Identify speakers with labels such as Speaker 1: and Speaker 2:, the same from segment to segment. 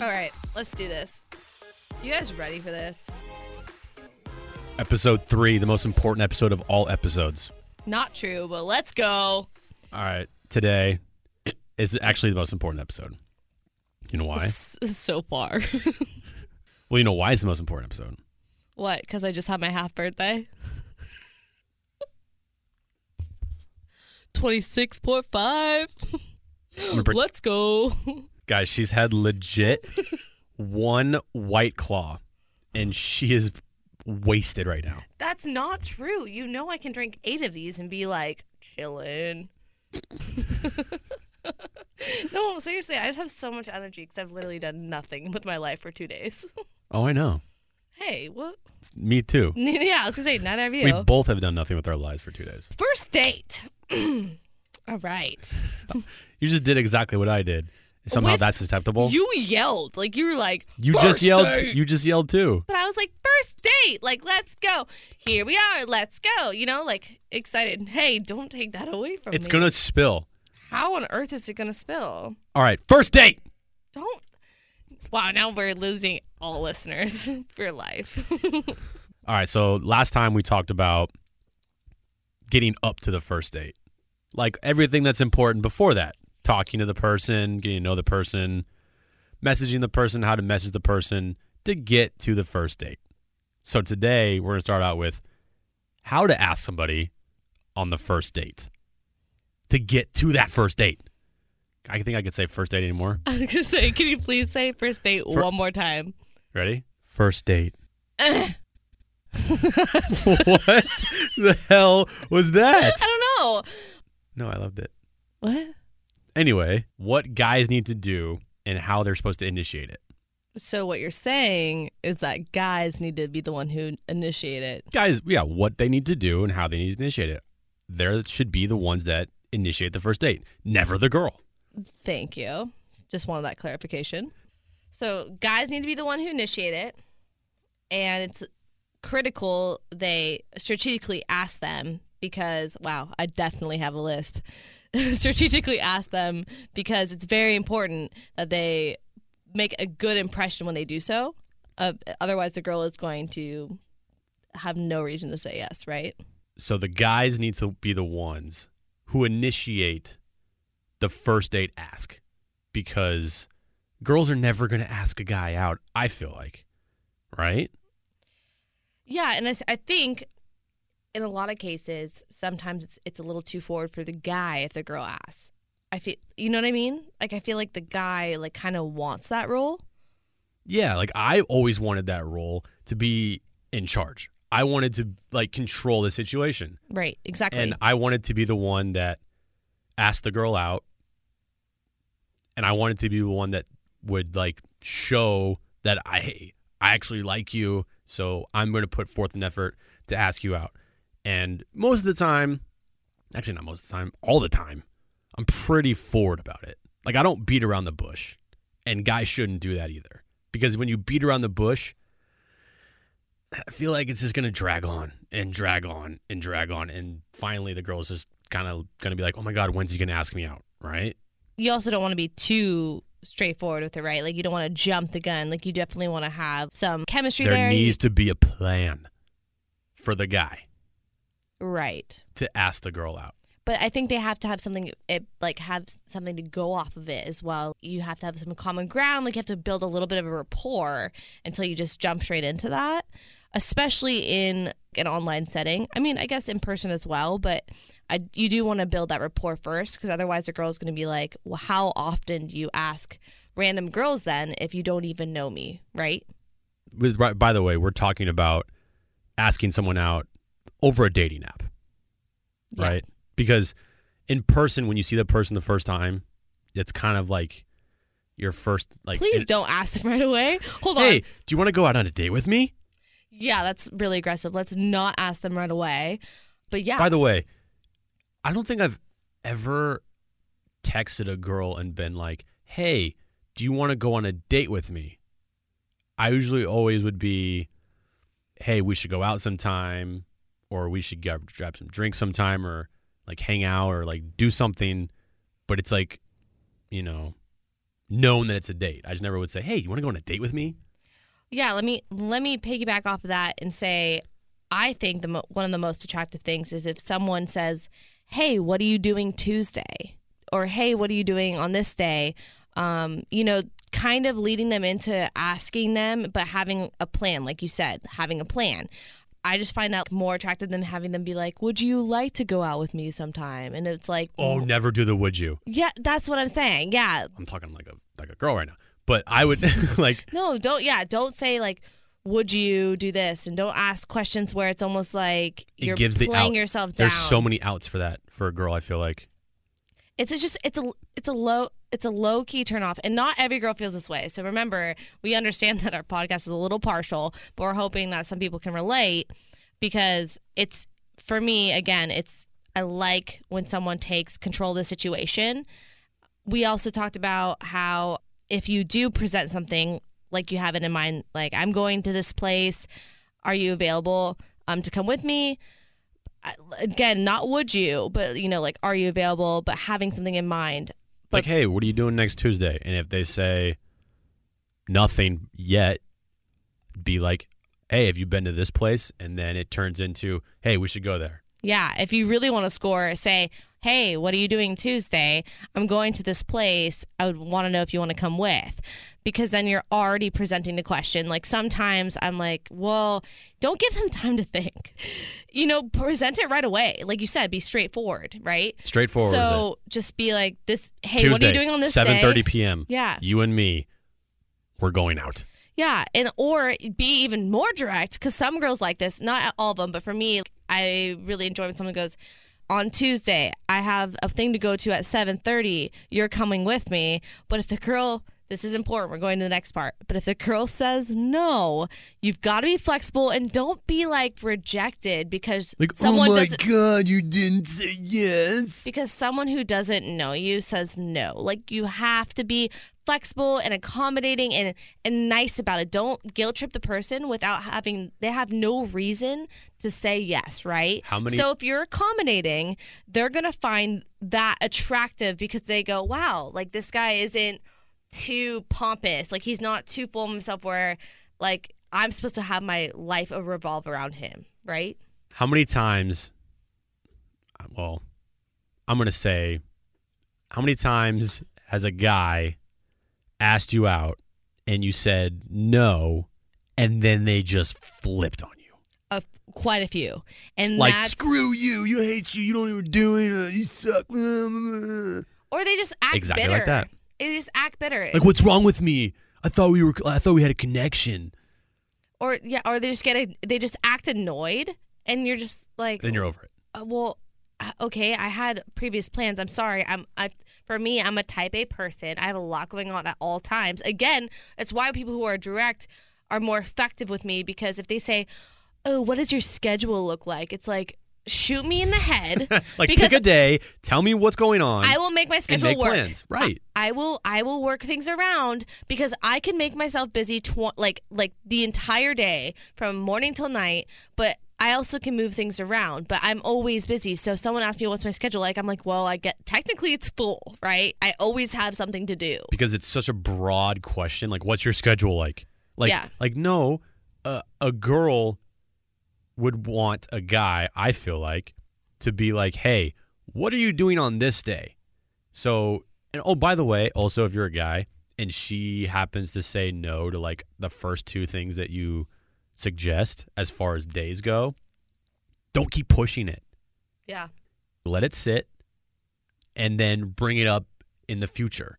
Speaker 1: All right, let's do this. You guys ready for this?
Speaker 2: Episode three, the most important episode of all episodes.
Speaker 1: Not true, but let's go.
Speaker 2: All right, today is actually the most important episode. You know why?
Speaker 1: S- so far.
Speaker 2: Well, you know why it's the most important episode.
Speaker 1: what? Because I just had my half birthday? 26.5.
Speaker 2: gonna bring-
Speaker 1: let's go.
Speaker 2: Guys, she's had legit one white claw, and she is wasted right now.
Speaker 1: That's not true. You know I can drink eight of these and be like, chillin'. no, seriously, I just have so much energy because I've literally done nothing with my life for two days.
Speaker 2: Oh, I know.
Speaker 1: hey, what?
Speaker 2: It's- me too.
Speaker 1: Yeah, I was gonna say, not have
Speaker 2: We
Speaker 1: you.
Speaker 2: both have done nothing with our lives for two days.
Speaker 1: First date. All right.
Speaker 2: You just did exactly what I did. Somehow
Speaker 1: With-
Speaker 2: that's acceptable.
Speaker 1: You yelled like you were like.
Speaker 2: You
Speaker 1: "First
Speaker 2: just yelled.
Speaker 1: date!"
Speaker 2: You just yelled too.
Speaker 1: But I was like, first date. Like, let's go. Here we are. Let's go. You know, like excited. Hey, don't take that away from
Speaker 2: It's
Speaker 1: me.
Speaker 2: gonna spill.
Speaker 1: How on earth is it gonna spill?
Speaker 2: All right, first date.
Speaker 1: Don't. Wow. Now we're losing all listeners for life.
Speaker 2: All right, so last time we talked about getting up to the first date. Like everything that's important before that. Talking to the person, getting to know the person, messaging the person, how to message the person to get to the first date. So today we're going to start out with how to ask somebody on the first date to get to that first date. I think I could say first date anymore.
Speaker 1: I'm gonna say, can you please say first date
Speaker 2: For-
Speaker 1: one more time?
Speaker 2: Ready? First date. what the hell was that?
Speaker 1: I don't know.
Speaker 2: No, I loved it.
Speaker 1: What?
Speaker 2: Anyway, what guys need to do and how they're supposed to initiate it.
Speaker 1: So what you're saying is that guys need to be the one who initiate it.
Speaker 2: Guys, yeah, what they need to do and how they need to initiate it. There should be the ones that initiate the first date, never the girl.
Speaker 1: Thank you. Just wanted that clarification. So guys need to be the one who initiate it, and it's critical they strategically ask them because wow, I definitely have a lisp. strategically ask them because it's very important that they make a good impression when they do so. Uh, otherwise, the girl is going to have no reason to say yes, right?
Speaker 2: So the guys need to be the ones who initiate the first date ask because girls are never going to ask a guy out, I feel like. Right?
Speaker 1: Yeah, and I, th- I think in a lot of cases, sometimes it's it's a little too forward for the guy if the girl asks. I feel, you know what I mean? Like I feel like the guy like kind of wants that role.
Speaker 2: Yeah, like I always wanted that role to be in charge. I wanted to like control the situation.
Speaker 1: Right, exactly.
Speaker 2: and I wanted to be the one that asked the girl out, and I wanted to be the one that would like show that I hey, I actually like you, so I'm going to put forth an effort to ask you out. And most of the time, actually not most of the time, all the time, I'm pretty forward about it. Like I don't beat around the bush, and guys shouldn't do that either because when you beat around the bush, I feel like it's just gonna drag on and drag on and drag on, and finally the girl's just kind of gonna be like, "Oh my god, when's he gonna ask me out?" Right?
Speaker 1: you also don't want to be too straightforward with it, right? Like you don't want to jump the gun. Like you definitely want to have some chemistry
Speaker 2: there
Speaker 1: there. You-
Speaker 2: needs to be a plan for the guy
Speaker 1: right.
Speaker 2: to ask the girl out.
Speaker 1: But I think they have to have something, it, like have something to go off of it as well. You have to have some common ground. Like you have to build a little bit of a rapport until you just jump straight into that, especially in an online setting. I mean, I guess in person as well, but I, you do want to build that rapport first because otherwise the girl's going to be like, well, how often do you ask random girls then if you don't even know me, right?
Speaker 2: With- right- By the way, we're talking about asking someone out over a dating app,
Speaker 1: Yeah.
Speaker 2: right? Because in person, when you see the person the first time, it's kind of like your first like.
Speaker 1: Please
Speaker 2: in-
Speaker 1: don't ask them right away. Hold on.
Speaker 2: Hey, do you want to go out on a date with me?
Speaker 1: Yeah, that's really aggressive. Let's not ask them right away. But yeah.
Speaker 2: By the way, I don't think I've ever texted a girl and been like, "Hey, do you want to go on a date with me?" I usually always would be, "Hey, we should go out sometime, or we should grab, grab some drinks sometime, or like hang out, or like do something." But it's like, you know, known that it's a date. I just never would say, "Hey, you want to go on a date with me?"
Speaker 1: Yeah, let me let me piggyback off of that and say, I think the mo- one of the most attractive things is if someone says, "Hey, what are you doing Tuesday?" or "Hey, what are you doing on this day?" Um, you know, kind of leading them into asking them, but having a plan, like you said, having a plan. I just find that more attractive than having them be like, "Would you like to go out with me sometime?" And it's like,
Speaker 2: Oh, never do the would you.
Speaker 1: yeah, that's what I'm saying. Yeah,
Speaker 2: I'm talking like a like a girl right now. But I would like
Speaker 1: No, don't. Yeah, don't say like, "Would you do this?" and don't ask questions where it's almost like
Speaker 2: It
Speaker 1: you're
Speaker 2: gives the
Speaker 1: playing
Speaker 2: out.
Speaker 1: yourself down.
Speaker 2: there's so many outs for that for a girl, I feel like.
Speaker 1: it's it's just it's a it's a low it's a low key turn off, and not every girl feels this way. So remember, we understand that our podcast is a little partial, but we're hoping that some people can relate because it's for me again. It's I like when someone takes control of the situation. We also talked about how if you do present something like you have it in mind, like I'm going to this place, are you available um, to come with me? I- Again, not would you, but you know, like are you available? But having something in mind.
Speaker 2: like, hey, what are you doing next Tuesday? And if they say nothing yet, be like, hey, have you been to this place? And then it turns into, hey, we should go there.
Speaker 1: Yeah, if you really want to score, say, "Hey, what are you doing Tuesday? I'm going to this place. I would want to know if you want to come with." Because then you're already presenting the question. Like sometimes I'm like, "Well, don't give them time to think." You know, present it right away. Like you said, be straightforward, right?
Speaker 2: Straightforward. with it.
Speaker 1: So just be like, "This, hey, what are
Speaker 2: Tuesday,
Speaker 1: you doing on this day?"
Speaker 2: 7:30 p.m.
Speaker 1: Yeah.
Speaker 2: You and me, we're going out.
Speaker 1: Yeah, and or be even more direct because some girls like this. Not all of them, but for me, I really enjoy when someone goes on Tuesday. I have a thing to go to at seven thirty. You're coming with me. But if the girl, this is important. We're going to the next part. But if the girl says no, you've got to be flexible and don't be like rejected because
Speaker 2: oh
Speaker 1: someone doesn't.
Speaker 2: god, you didn't say yes.
Speaker 1: Because someone who doesn't know you says no. Like you have to be flexible and accommodating and, and nice about it. Don't guilt trip the person without having they have no reason to say yes, right?
Speaker 2: How many-
Speaker 1: So if you're accommodating, they're gonna find that attractive because they go, Wow, like this guy isn't too pompous. Like he's not too full of himself where like I'm supposed to have my life revolve around him, right?
Speaker 2: How many times well, I'm going to say how many times has a guy asked you out and you said no and then they just flipped on you?
Speaker 1: Of quite a few. And
Speaker 2: Like
Speaker 1: that's
Speaker 2: screw you, you hate you, you don't even do it, uh, you suck. Like
Speaker 1: or they just act
Speaker 2: Exactly
Speaker 1: bitter.
Speaker 2: like that.
Speaker 1: They just act bitter,
Speaker 2: what's wrong with me? I thought we were I thought we had a connection.
Speaker 1: or yeah, or they just get a, they just act annoyed, and you're just like,
Speaker 2: Then you're over it.
Speaker 1: "Uh, well, uh, okay, I had previous plans. I'm sorry. I'm I, for me, I'm a type A person. I have a lot going on at all times. Again, it's why people who are direct are more effective with me because if they say, oh, what does your schedule look like? It's like shoot me in the head
Speaker 2: Like
Speaker 1: because
Speaker 2: pick a day, tell me what's going on.
Speaker 1: I will make my
Speaker 2: and
Speaker 1: schedule
Speaker 2: make
Speaker 1: work.
Speaker 2: plans. Right.
Speaker 1: I will I will work things around because I can make myself busy tw- like like the entire day from morning till night, but I also can move things around, but I'm always busy. So if someone asks me what's my schedule like, I'm like, well, I get technically it's full, right? I always have something to do.
Speaker 2: because it's such a broad question. Like, what's your schedule like? Like,
Speaker 1: Yeah.
Speaker 2: like no, uh, a girl would want a guy. I feel like to be like, hey, what are you doing on this day? So, and oh, by the way, also if you're a guy and she happens to say no to like the first two things that you suggest as far as days go, don't keep pushing it
Speaker 1: Yeah.
Speaker 2: let it sit and then bring it up in the future.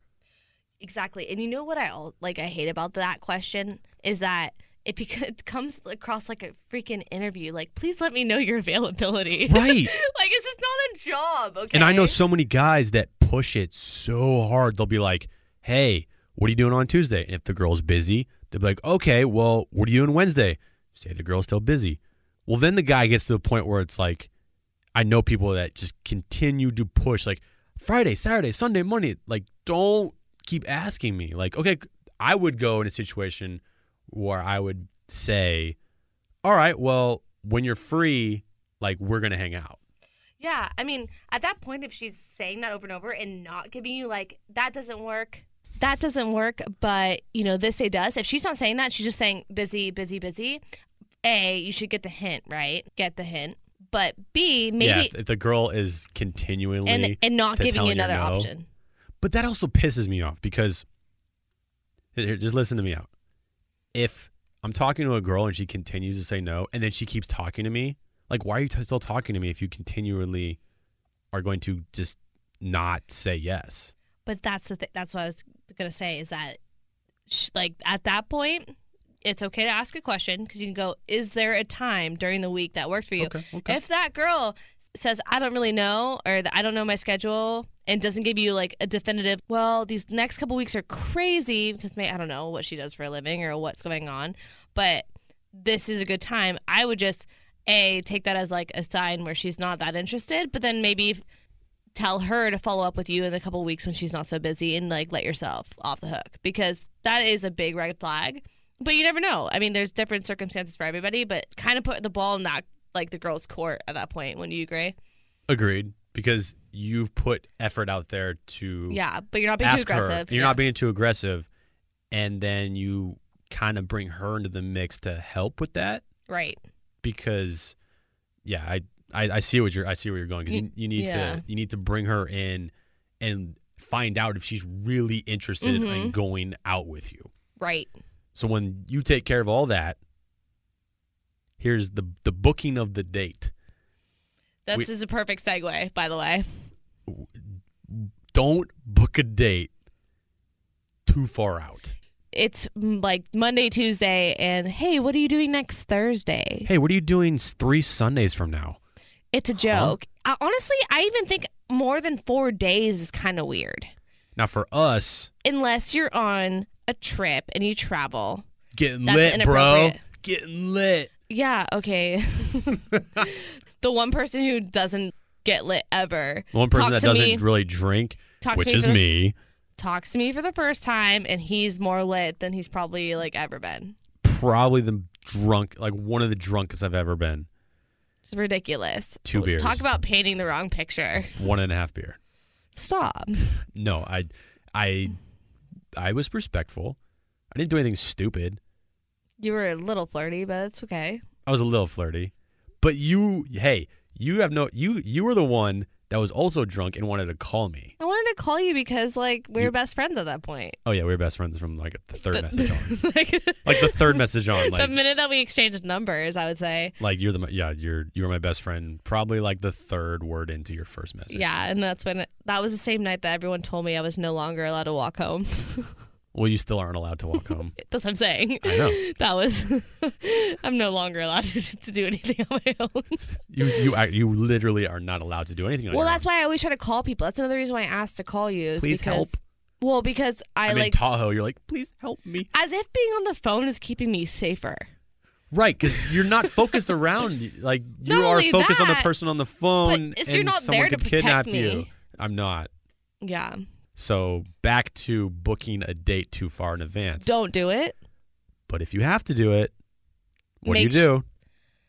Speaker 1: Exactly. And you know what I al- like I hate about that question is that it, bec- it comes across like a freaking interview. Like, please let me know your availability.
Speaker 2: Right.
Speaker 1: like, it's just not a job. Okay.
Speaker 2: And I know so many guys that push it so hard. They'll be like, hey, what are you doing on Tuesday? And if the girl's busy, they'll be like, okay, well, what are you doing Wednesday? Say the girl's still busy. Well, then the guy gets to the point where it's like, I know people that just continue to push, like Friday, Saturday, Sunday, Monday. Like, don't keep asking me. Like, okay, I would go in a situation where I would say, all right, well, when you're free, like, we're going to hang out.
Speaker 1: Yeah, I mean, at that point, if she's saying that over and over and not giving you like that doesn't work, that doesn't work, but you know, this day does. If she's not saying that, she's just saying busy, busy, busy. A, you should get the hint, right? Get the hint. But B, maybe
Speaker 2: yeah, if, if the girl is continually
Speaker 1: and and not
Speaker 2: to
Speaker 1: giving you
Speaker 2: telling you
Speaker 1: another
Speaker 2: no.
Speaker 1: option.
Speaker 2: But that also pisses me off because here, just listen to me out. If I'm talking to a girl and she continues to say no, and then she keeps talking to me, like why are you t- still talking to me if you continually are going to just not say yes?
Speaker 1: But that's the thing. That's what I was gonna say is that, sh- like at that point, it's okay to ask a question because you can go, "Is there a time during the week that works for you?"
Speaker 2: Okay, okay.
Speaker 1: If that girl s- says, "I don't really know," or that "I don't know my schedule," and doesn't give you like a definitive, "Well, these next couple weeks are crazy," because may I don't know what she does for a living or what's going on, but this is a good time. I would just a take that as like a sign where she's not that interested, but then maybe if- tell her to follow up with you in a couple weeks when she's not so busy and like let yourself off the hook because that is a big red flag. But you never know. I mean, there's different circumstances for everybody, but kind of put the ball in that like the girl's court at that point. When you agree,
Speaker 2: Agreed. Because you've put effort out there to
Speaker 1: yeah, but you're not being too
Speaker 2: ask her.
Speaker 1: aggressive.
Speaker 2: You're
Speaker 1: yeah.
Speaker 2: not being too aggressive, and then you kind of bring her into the mix to help with that.
Speaker 1: right.
Speaker 2: because yeah i i, I see what you're i see where you're going because you, you need
Speaker 1: yeah.
Speaker 2: to you need to bring her in and find out if she's really interested in
Speaker 1: Mhm.
Speaker 2: going out with you
Speaker 1: Right.
Speaker 2: so when you take care of all that here's the the booking of the date
Speaker 1: This
Speaker 2: We-
Speaker 1: is a perfect segue, by the way.
Speaker 2: don't book a date too far out
Speaker 1: It's mm, like Monday, Tuesday, and hey, what are you doing next Thursday?
Speaker 2: hey Uh-huh. what are you doing s- three sundays from now
Speaker 1: It's a joke. I, honestly, I even think more than four days is kind of weird.
Speaker 2: now for us
Speaker 1: Unless you're on a trip and you travel.
Speaker 2: getting
Speaker 1: That's
Speaker 2: lit bro
Speaker 1: inappropriate.
Speaker 2: getting lit
Speaker 1: Yeah, okay. the one person who doesn't get lit ever
Speaker 2: one person
Speaker 1: Talk
Speaker 2: that
Speaker 1: to
Speaker 2: doesn't
Speaker 1: me.
Speaker 2: really drink
Speaker 1: talks
Speaker 2: which
Speaker 1: to me
Speaker 2: is
Speaker 1: for the-
Speaker 2: me
Speaker 1: talks to me for the first time and he's more lit than he's probably like ever been.
Speaker 2: probably the drunk, like one of the drunkest I've ever been.
Speaker 1: It's ridiculous.
Speaker 2: Two beers.
Speaker 1: Talk about painting the wrong picture.
Speaker 2: One and a half beer.
Speaker 1: Stop.
Speaker 2: No, I, I, I was respectful. I didn't do anything stupid.
Speaker 1: You were a little flirty, but it's okay.
Speaker 2: I was a little flirty, but you, hey, you have no, you, you were the one that was also drunk and wanted to call me.
Speaker 1: I wanted to call you because like we
Speaker 2: You-
Speaker 1: were best friends at that point.
Speaker 2: Oh yeah, we were best friends from like the third message on,
Speaker 1: Like-
Speaker 2: like the third message on,
Speaker 1: the
Speaker 2: like,
Speaker 1: minute that we exchanged numbers, I would say,
Speaker 2: like you're the, yeah, you're, you were my best friend. Probably like the third word into your first message.
Speaker 1: yeah, and that's when that was the same night that everyone told me I was no longer allowed to walk home.
Speaker 2: Well, you still aren't allowed to walk home.
Speaker 1: that's what I'm saying.
Speaker 2: I know.
Speaker 1: That was I'm no longer allowed to, to do anything on my own.
Speaker 2: You, you, act- you literally are not allowed to do anything. on
Speaker 1: well,
Speaker 2: your
Speaker 1: that's why I always try to call people. That's another reason why I asked to call you. Is
Speaker 2: Please
Speaker 1: because,
Speaker 2: help.
Speaker 1: Well, because I
Speaker 2: I'm in
Speaker 1: like
Speaker 2: Tahoe. You're like, please help me.
Speaker 1: as if being on the phone is keeping me safer.
Speaker 2: Right, because you're not focused around. Like you
Speaker 1: Not
Speaker 2: are
Speaker 1: only
Speaker 2: focused on the
Speaker 1: that,
Speaker 2: person on the phone,
Speaker 1: it's-
Speaker 2: and
Speaker 1: you're not
Speaker 2: someone
Speaker 1: there to
Speaker 2: could kidnap
Speaker 1: protect me.
Speaker 2: you. I'm not.
Speaker 1: Yeah,
Speaker 2: So back to booking a date too far in advance.
Speaker 1: don't do it.
Speaker 2: But if you have to do it, what do you
Speaker 1: Make-
Speaker 2: do?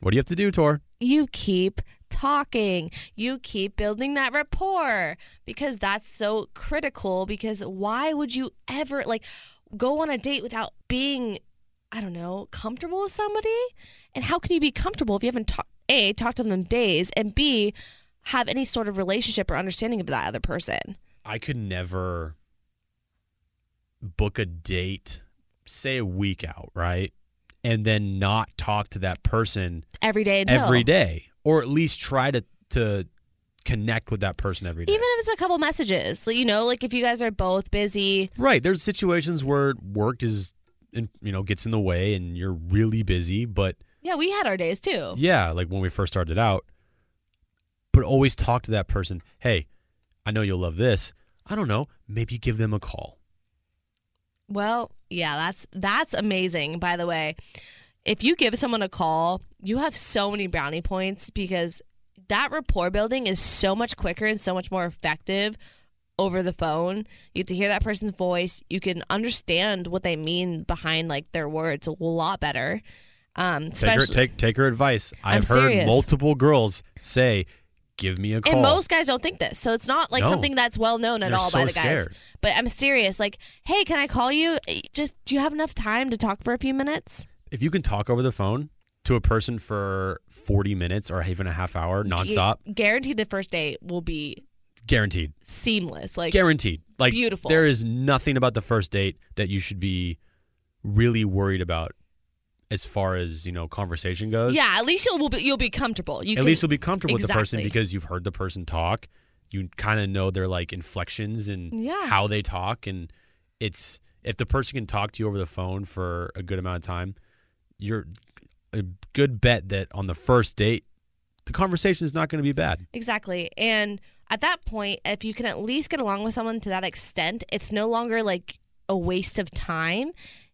Speaker 2: What do you have to do, Tor?
Speaker 1: you keep talking you keep building that rapport because that's so critical because why would you ever like go on a date without being i don't know comfortable with somebody and how can you be comfortable if you haven't talked a talked to them in days and b have any sort of relationship or understanding of that other person
Speaker 2: I could never book a date, say a week out, right, and then not talk to that person
Speaker 1: every day until
Speaker 2: every day, or at least try to to connect with that person every day.
Speaker 1: even if it's a couple messages like, you know like if you guys are both busy
Speaker 2: Right. There's situations where work is, in, you know, gets in the way and you're really busy. But
Speaker 1: yeah we had our days too
Speaker 2: yeah, like when we first started out, but always talk to that person. Hey, I know you'll love this. I don't know. Maybe give them a call.
Speaker 1: Well, yeah, that's that's amazing. By the way, if you give someone a call, you have so many brownie points because that rapport building is so much quicker and so much more effective over the phone. You get to hear that person's voice. You can understand what they mean behind like their words a lot better. Um,
Speaker 2: Take her,
Speaker 1: especially
Speaker 2: take, take her advice. I've
Speaker 1: I'm
Speaker 2: heard
Speaker 1: serious.
Speaker 2: multiple girls say, give me a call.
Speaker 1: And most guys don't think this, so it's not like
Speaker 2: No.
Speaker 1: something that's well known at
Speaker 2: They're
Speaker 1: all
Speaker 2: so
Speaker 1: by the guys.
Speaker 2: scared.
Speaker 1: But I'm serious. Like, hey, can I call you? Just do you have enough time to talk for a few minutes?
Speaker 2: if you can talk over the phone to a person for 40 minutes or even a half hour nonstop,
Speaker 1: Gu- guaranteed, the first date will be
Speaker 2: guaranteed.
Speaker 1: seamless. Like,
Speaker 2: Guaranteed. Like
Speaker 1: Beautiful.
Speaker 2: there is nothing about the first date that you should be really worried about as far as, you know, conversation goes.
Speaker 1: yeah, at least you'll will be, you'll be comfortable. You
Speaker 2: At
Speaker 1: can,
Speaker 2: least you'll be comfortable with the person
Speaker 1: Exactly.
Speaker 2: because you've heard the person talk. You kind of know their like inflections and
Speaker 1: Yeah.
Speaker 2: how they talk and it's if the person can talk to you over the phone for a good amount of time, you're a good bet that on the first date the conversation is not going to be bad.
Speaker 1: Exactly. And at that point, if you can at least get along with someone to that extent, it's no longer like a waste of time.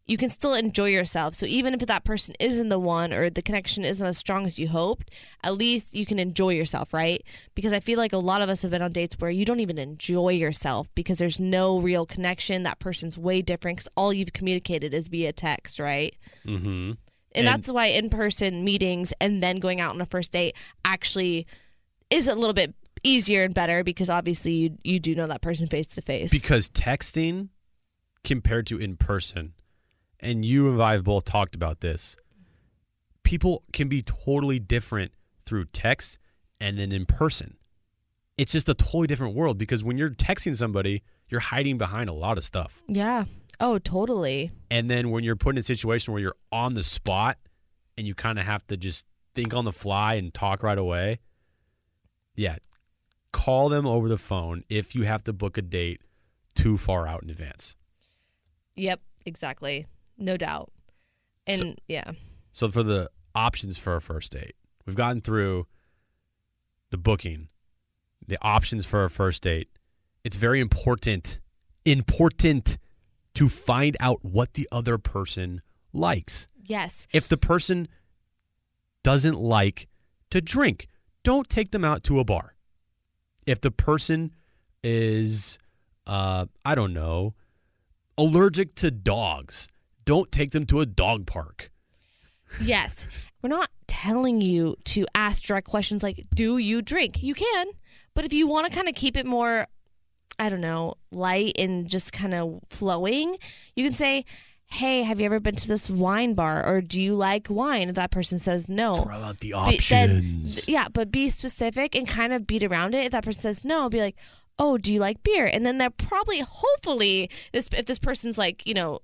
Speaker 1: You can still enjoy yourself. So even if that person isn't the one or the connection isn't as strong as you hoped, at least you can enjoy yourself, right? Because I feel like a lot of us have been on dates where you don't even enjoy yourself because there's no real connection. That person's way different because all you've communicated is via text, right?
Speaker 2: Mm-hmm.
Speaker 1: and,
Speaker 2: And-
Speaker 1: that's why in-person meetings and then going out on a first date actually is a little bit easier and better because obviously you you do know that person face to face.
Speaker 2: Because texting compared to in person, and you and I have both talked about this, people can be totally different through text and then in person. It's just a totally different world because when you're texting somebody, you're hiding behind a lot of stuff.
Speaker 1: Yeah. Oh, totally.
Speaker 2: And then when you're put in a situation where you're on the spot and you kind of have to just think on the fly and talk right away, yeah, call them over the phone if you have to book a date too far out in advance.
Speaker 1: Yep, exactly. No doubt. And yeah.
Speaker 2: So for the options for a first date, we've gotten through the booking, the options for a first date. It's very important, important to find out what the other person likes.
Speaker 1: Yes.
Speaker 2: If the person doesn't like to drink, don't take them out to a bar. If the person is, uh, I don't know, allergic to dogs, don't take them to a dog park.
Speaker 1: Yes. We're not telling you to ask direct questions like, do you drink? You can. But if you want to kind of keep it more, I don't know, light and just kind of flowing, you can say, hey, have you ever been to this wine bar or do you like wine? If that person says no.
Speaker 2: Throw out the
Speaker 1: be- then-
Speaker 2: options.
Speaker 1: yeah, but be specific and kind of beat around it. If that person says no, be like, oh, do you like beer? And then they're probably, hopefully, this if this person's like, you know,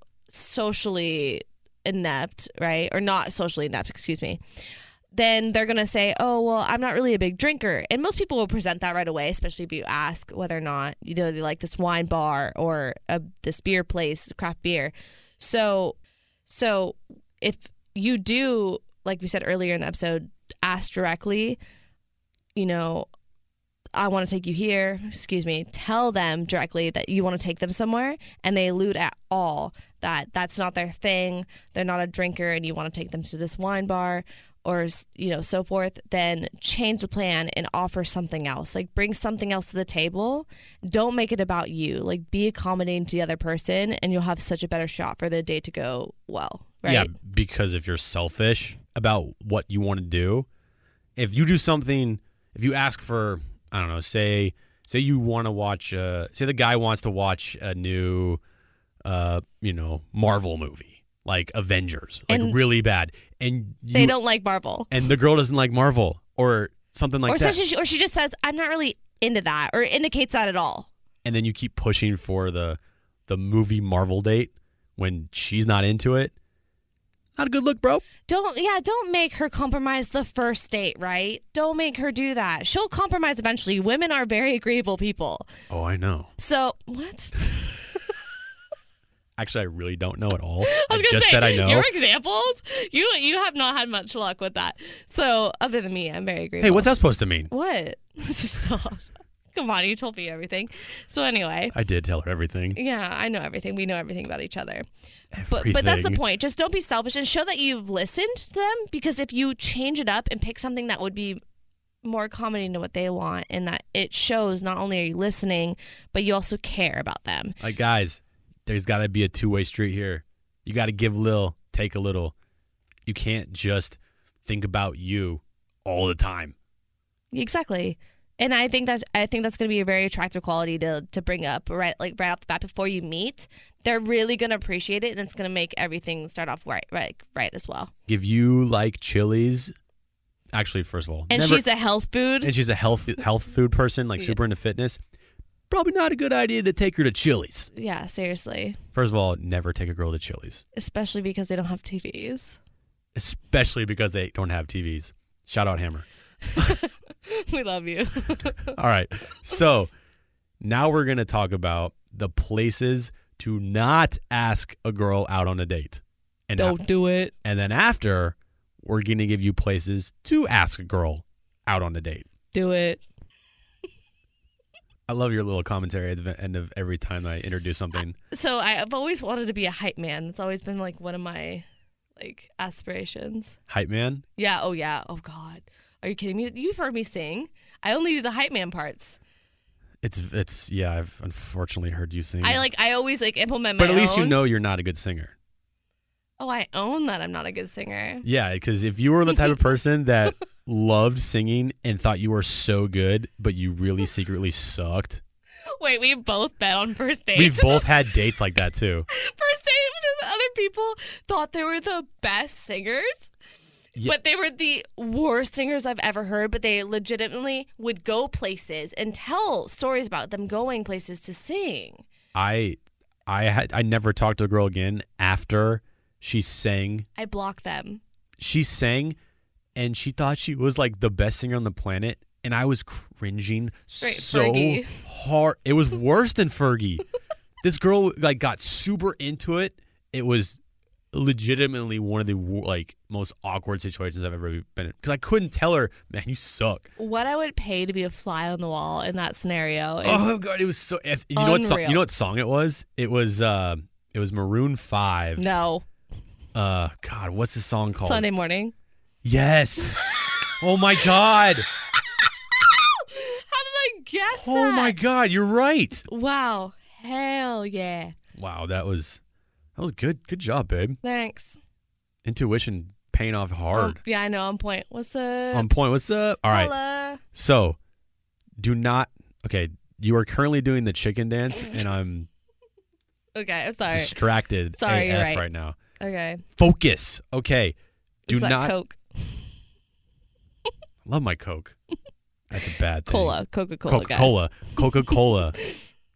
Speaker 1: socially inept, right? Or not socially inept, excuse me. Then they're gonna say, "Oh, well, I'm not really a big drinker," and most people will present that right away, especially if you ask whether or not you know they like this wine bar or uh, this beer place, craft beer. So so if you do, like we said earlier in the episode, ask directly, you know, I want to take you here, excuse me, tell them directly that you want to take them somewhere and they elude at all that that's not their thing, they're not a drinker and you want to take them to this wine bar or you know so forth then change the plan and offer something else like bring something else to the table don't make it about you like be accommodating to the other person and you'll have such a better shot for the day to go well right
Speaker 2: Yeah, because if you're selfish about what you want to do, if you do something, if you ask for, I don't know, say say you want to watch, uh, say the guy wants to watch a new, uh, you know, Marvel movie like Avengers, like
Speaker 1: And-
Speaker 2: really bad, and you,
Speaker 1: they don't like Marvel.
Speaker 2: and the girl doesn't like Marvel or something like
Speaker 1: or,
Speaker 2: that,
Speaker 1: such as she, or she just says, I'm not really into that, or indicates that at all.
Speaker 2: and then you keep pushing for the the movie Marvel date when she's not into it. Not a good look, bro.
Speaker 1: Don't, yeah, don't make her compromise the first date, right? Don't make her do that. She'll compromise eventually. Women are very agreeable people.
Speaker 2: Oh, I know.
Speaker 1: So, what?
Speaker 2: Actually, I really don't know at all.
Speaker 1: I
Speaker 2: I,
Speaker 1: was gonna
Speaker 2: just
Speaker 1: say,
Speaker 2: said I know.
Speaker 1: Your examples, you you have not had much luck with that. So, other than me, I'm very agreeable.
Speaker 2: Hey, what's that supposed to mean?
Speaker 1: What? Stop. Come on, you told me everything. So, anyway.
Speaker 2: I did tell her everything.
Speaker 1: Yeah, I know everything. We know everything about each other. But, but that's the
Speaker 2: Everything.
Speaker 1: point. Just don't be selfish and show that you've listened to them because if you change it up and pick something that would be more accommodating to what they want and that it shows not only are you listening, but you also care about them.
Speaker 2: Like, guys, there's got to be a two way street here. You got to give little, take a little. You can't just think about you all the time.
Speaker 1: Exactly. And I think that's I think that's going to be a very attractive quality to to bring up right like right off the bat before you meet. They're really going to appreciate it, and it's going to make everything start off right right right as well.
Speaker 2: If you like chilies, actually, first of all,
Speaker 1: And
Speaker 2: never-
Speaker 1: she's a health food.
Speaker 2: and she's a health health food person, like
Speaker 1: Yeah.
Speaker 2: super into fitness. Probably not a good idea to take her to Chili's.
Speaker 1: yeah, seriously,
Speaker 2: First of all, never take a girl to Chili's,
Speaker 1: especially because they don't have TVs.
Speaker 2: especially because they don't have TVs. Shout out Hammer.
Speaker 1: we love you.
Speaker 2: All right. So now we're going to talk about the places to not ask a girl out on a date. And,
Speaker 1: don't do it.
Speaker 2: and then after, we're going to give you places to ask a girl out on a date.
Speaker 1: Do it.
Speaker 2: I love your little commentary at the end of every time I introduce something.
Speaker 1: So I, I've always wanted to be a hype man. It's always been like one of my like aspirations.
Speaker 2: Hype man.
Speaker 1: Yeah. Oh yeah. Oh God. Are you kidding me? You've heard me sing. I only do the hype man parts.
Speaker 2: It's it's yeah. I've unfortunately heard you sing.
Speaker 1: I like. I always like implement my.
Speaker 2: but at least you
Speaker 1: own.
Speaker 2: know you're not a good singer.
Speaker 1: Oh, I own that I'm not a good singer.
Speaker 2: Yeah, because if you were the type of person that loved singing and thought you were so good, but you really secretly sucked,
Speaker 1: Wait, we both bet on first dates.
Speaker 2: we've both had dates like that too.
Speaker 1: first date because other people thought they were the best singers.
Speaker 2: Yeah.
Speaker 1: But they were the worst singers I've ever heard. But they legitimately would go places and tell stories about them going places to sing.
Speaker 2: I, I had I never talked to a girl again after she sang.
Speaker 1: I block them.
Speaker 2: She sang, and she thought she was like the best singer on the planet, and I was cringing
Speaker 1: Straight
Speaker 2: so
Speaker 1: Fergie.
Speaker 2: hard. It was worse than Fergie. this girl like got super into it. It was legitimately one of the wo- like most awkward situations I've ever been in because I couldn't tell her, man, you suck.
Speaker 1: What I would pay to be a fly on the wall in that scenario is
Speaker 2: Oh god, it was so. If, you know what song? You
Speaker 1: Unreal.
Speaker 2: know what song it was? It was uh, it was Maroon Five.
Speaker 1: no
Speaker 2: Uh, God, what's the song called?
Speaker 1: Sunday morning.
Speaker 2: Yes. oh my
Speaker 1: How
Speaker 2: god.
Speaker 1: did I guess that?
Speaker 2: Oh my god, you're right.
Speaker 1: Wow. Hell yeah.
Speaker 2: Wow, that was that was good. Good job, babe.
Speaker 1: Thanks.
Speaker 2: Intuition paying off hard.
Speaker 1: Um, yeah, I know. I'm point. What's up?
Speaker 2: On point. What's up? Um, All right.
Speaker 1: Um, Hello.
Speaker 2: So, do not. Okay, you are currently doing the chicken dance, and I'm
Speaker 1: Okay, I'm sorry.
Speaker 2: distracted
Speaker 1: Sorry, you're
Speaker 2: AF
Speaker 1: right.
Speaker 2: now.
Speaker 1: Okay.
Speaker 2: Focus. Okay. Do
Speaker 1: It's that
Speaker 2: not
Speaker 1: Coke,
Speaker 2: love my Coke. That's a bad thing.
Speaker 1: Cola, Coca Cola,
Speaker 2: Coca
Speaker 1: guys.
Speaker 2: Cola. Coca Cola.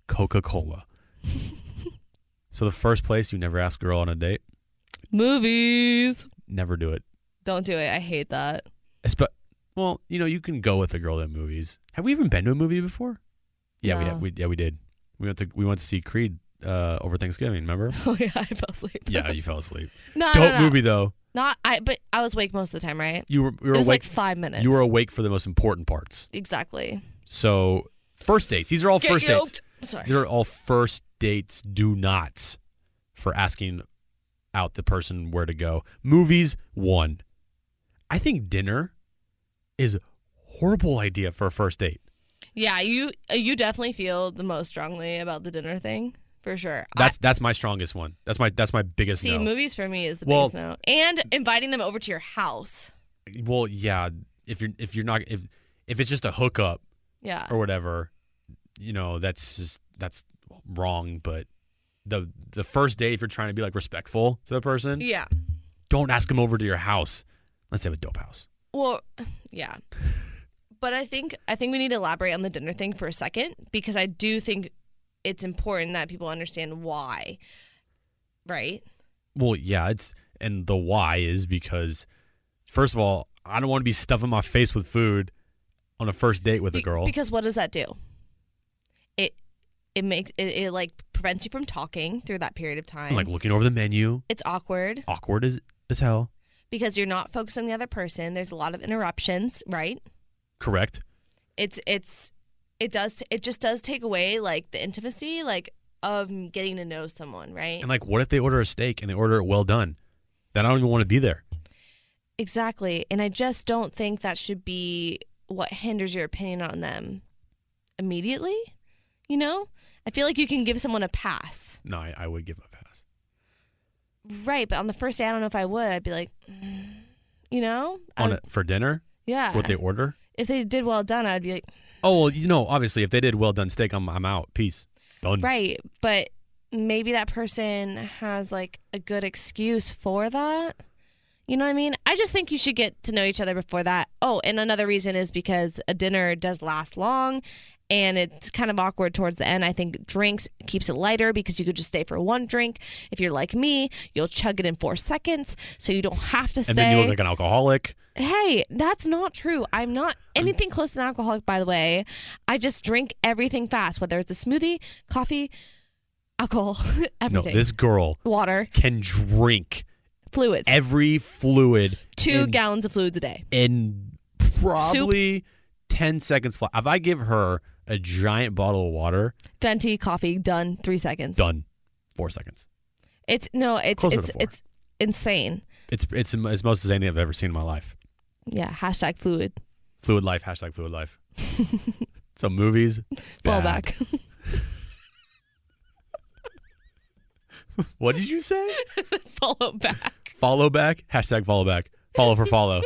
Speaker 2: Coca Cola. So the first place you never ask a girl on a date,
Speaker 1: Movies.
Speaker 2: never do it. Don't
Speaker 1: Don't do it. I hate that.
Speaker 2: Espe- well, you know you can go with a girl to movies. Have we even been to a movie before? Yeah,
Speaker 1: No.
Speaker 2: we, we yeah we did. We went to we went to see Creed uh, over Thanksgiving. Remember?
Speaker 1: Oh yeah, I fell asleep.
Speaker 2: yeah, you fell asleep.
Speaker 1: No,
Speaker 2: Dope
Speaker 1: no, no.
Speaker 2: movie though.
Speaker 1: Not I, but I was awake most of the time, right?
Speaker 2: You were you
Speaker 1: it
Speaker 2: were
Speaker 1: was like
Speaker 2: awake.
Speaker 1: five minutes.
Speaker 2: you were awake for the most important parts.
Speaker 1: exactly.
Speaker 2: So first dates. These are all
Speaker 1: Get
Speaker 2: Oh, first dates.
Speaker 1: yoked. Sorry.
Speaker 2: These are all first dates. Do not for asking out the person where to go. Movies one. I think dinner is a horrible idea for a first date.
Speaker 1: Yeah, you you definitely feel the most strongly about the dinner thing for sure. I-
Speaker 2: That's that's my strongest one. That's my that's my biggest
Speaker 1: see
Speaker 2: no.
Speaker 1: movies for me is the
Speaker 2: Well-
Speaker 1: biggest no, and inviting them over to your house.
Speaker 2: Well, yeah, if you're if you're not if if it's just a hookup
Speaker 1: Yeah,
Speaker 2: or whatever, you know, that's just that's wrong, but the the first date if you're trying to be like respectful to the person,
Speaker 1: yeah.
Speaker 2: don't ask them over to your house unless they have a dope house.
Speaker 1: Well, yeah. But I think I think we need to elaborate on the dinner thing for a second because I do think it's important that people understand why. Right?
Speaker 2: Well, yeah, it's and the why is because first of all, I don't want to be stuffing my face with food on a first date with a
Speaker 1: Be-
Speaker 2: girl.
Speaker 1: Because what does that do? It it makes it, it like prevents you from talking through that period of time.
Speaker 2: I'm like looking over the menu,
Speaker 1: it's awkward
Speaker 2: awkward as as hell.
Speaker 1: because you're not focused on the other person. There's a lot of interruptions, right?
Speaker 2: Correct.
Speaker 1: it's it's it does it just does take away like the intimacy like of getting to know someone right
Speaker 2: And like, what if they order a steak and they order it well done? Then I don't even want to be there.
Speaker 1: exactly and i just don't think that should be what hinders your opinion on them immediately you know i feel like you can give someone a pass
Speaker 2: No, I, I would give a pass.
Speaker 1: right but on the first day i don't know if i would i'd be like mm, you know I
Speaker 2: On
Speaker 1: would-
Speaker 2: it for dinner,
Speaker 1: Um, yeah
Speaker 2: what they order?
Speaker 1: if they did well done i'd be like
Speaker 2: Oh well, you know, obviously, if they did well done steak, I'm I'm out. Peace. Done.
Speaker 1: Right, but maybe that person has like a good excuse for that. You know what I mean? I just think you should get to know each other before that. Oh, and another reason is because a dinner does last long and it's kind of awkward towards the end. I think drinks keeps it lighter because you could just stay for one drink. If you're like me, you'll chug it in 4 seconds so you don't have to say
Speaker 2: And then you look like an alcoholic.
Speaker 1: Hey, that's not true. I'm not anything close to an alcoholic, by the way. I just drink everything fast, whether it's a smoothie, coffee, alcohol, everything.
Speaker 2: No, this girl
Speaker 1: Water,
Speaker 2: can drink
Speaker 1: fluids.
Speaker 2: every fluid
Speaker 1: Two
Speaker 2: in,
Speaker 1: gallons of fluids a day.
Speaker 2: in probably ten seconds flat. If I give her a giant bottle of water,
Speaker 1: Fenty coffee, done. Three seconds.
Speaker 2: done. Four seconds.
Speaker 1: It's no, it's
Speaker 2: Closer to
Speaker 1: it's
Speaker 2: four.
Speaker 1: it's insane.
Speaker 2: It's it's it's most as anything I've ever seen in my life.
Speaker 1: Yeah. Hashtag fluid.
Speaker 2: Fluid life. Hashtag fluid life. so movies.
Speaker 1: Fall
Speaker 2: bad.
Speaker 1: back.
Speaker 2: What did you say?
Speaker 1: Follow back.
Speaker 2: follow back hashtag follow back follow for follow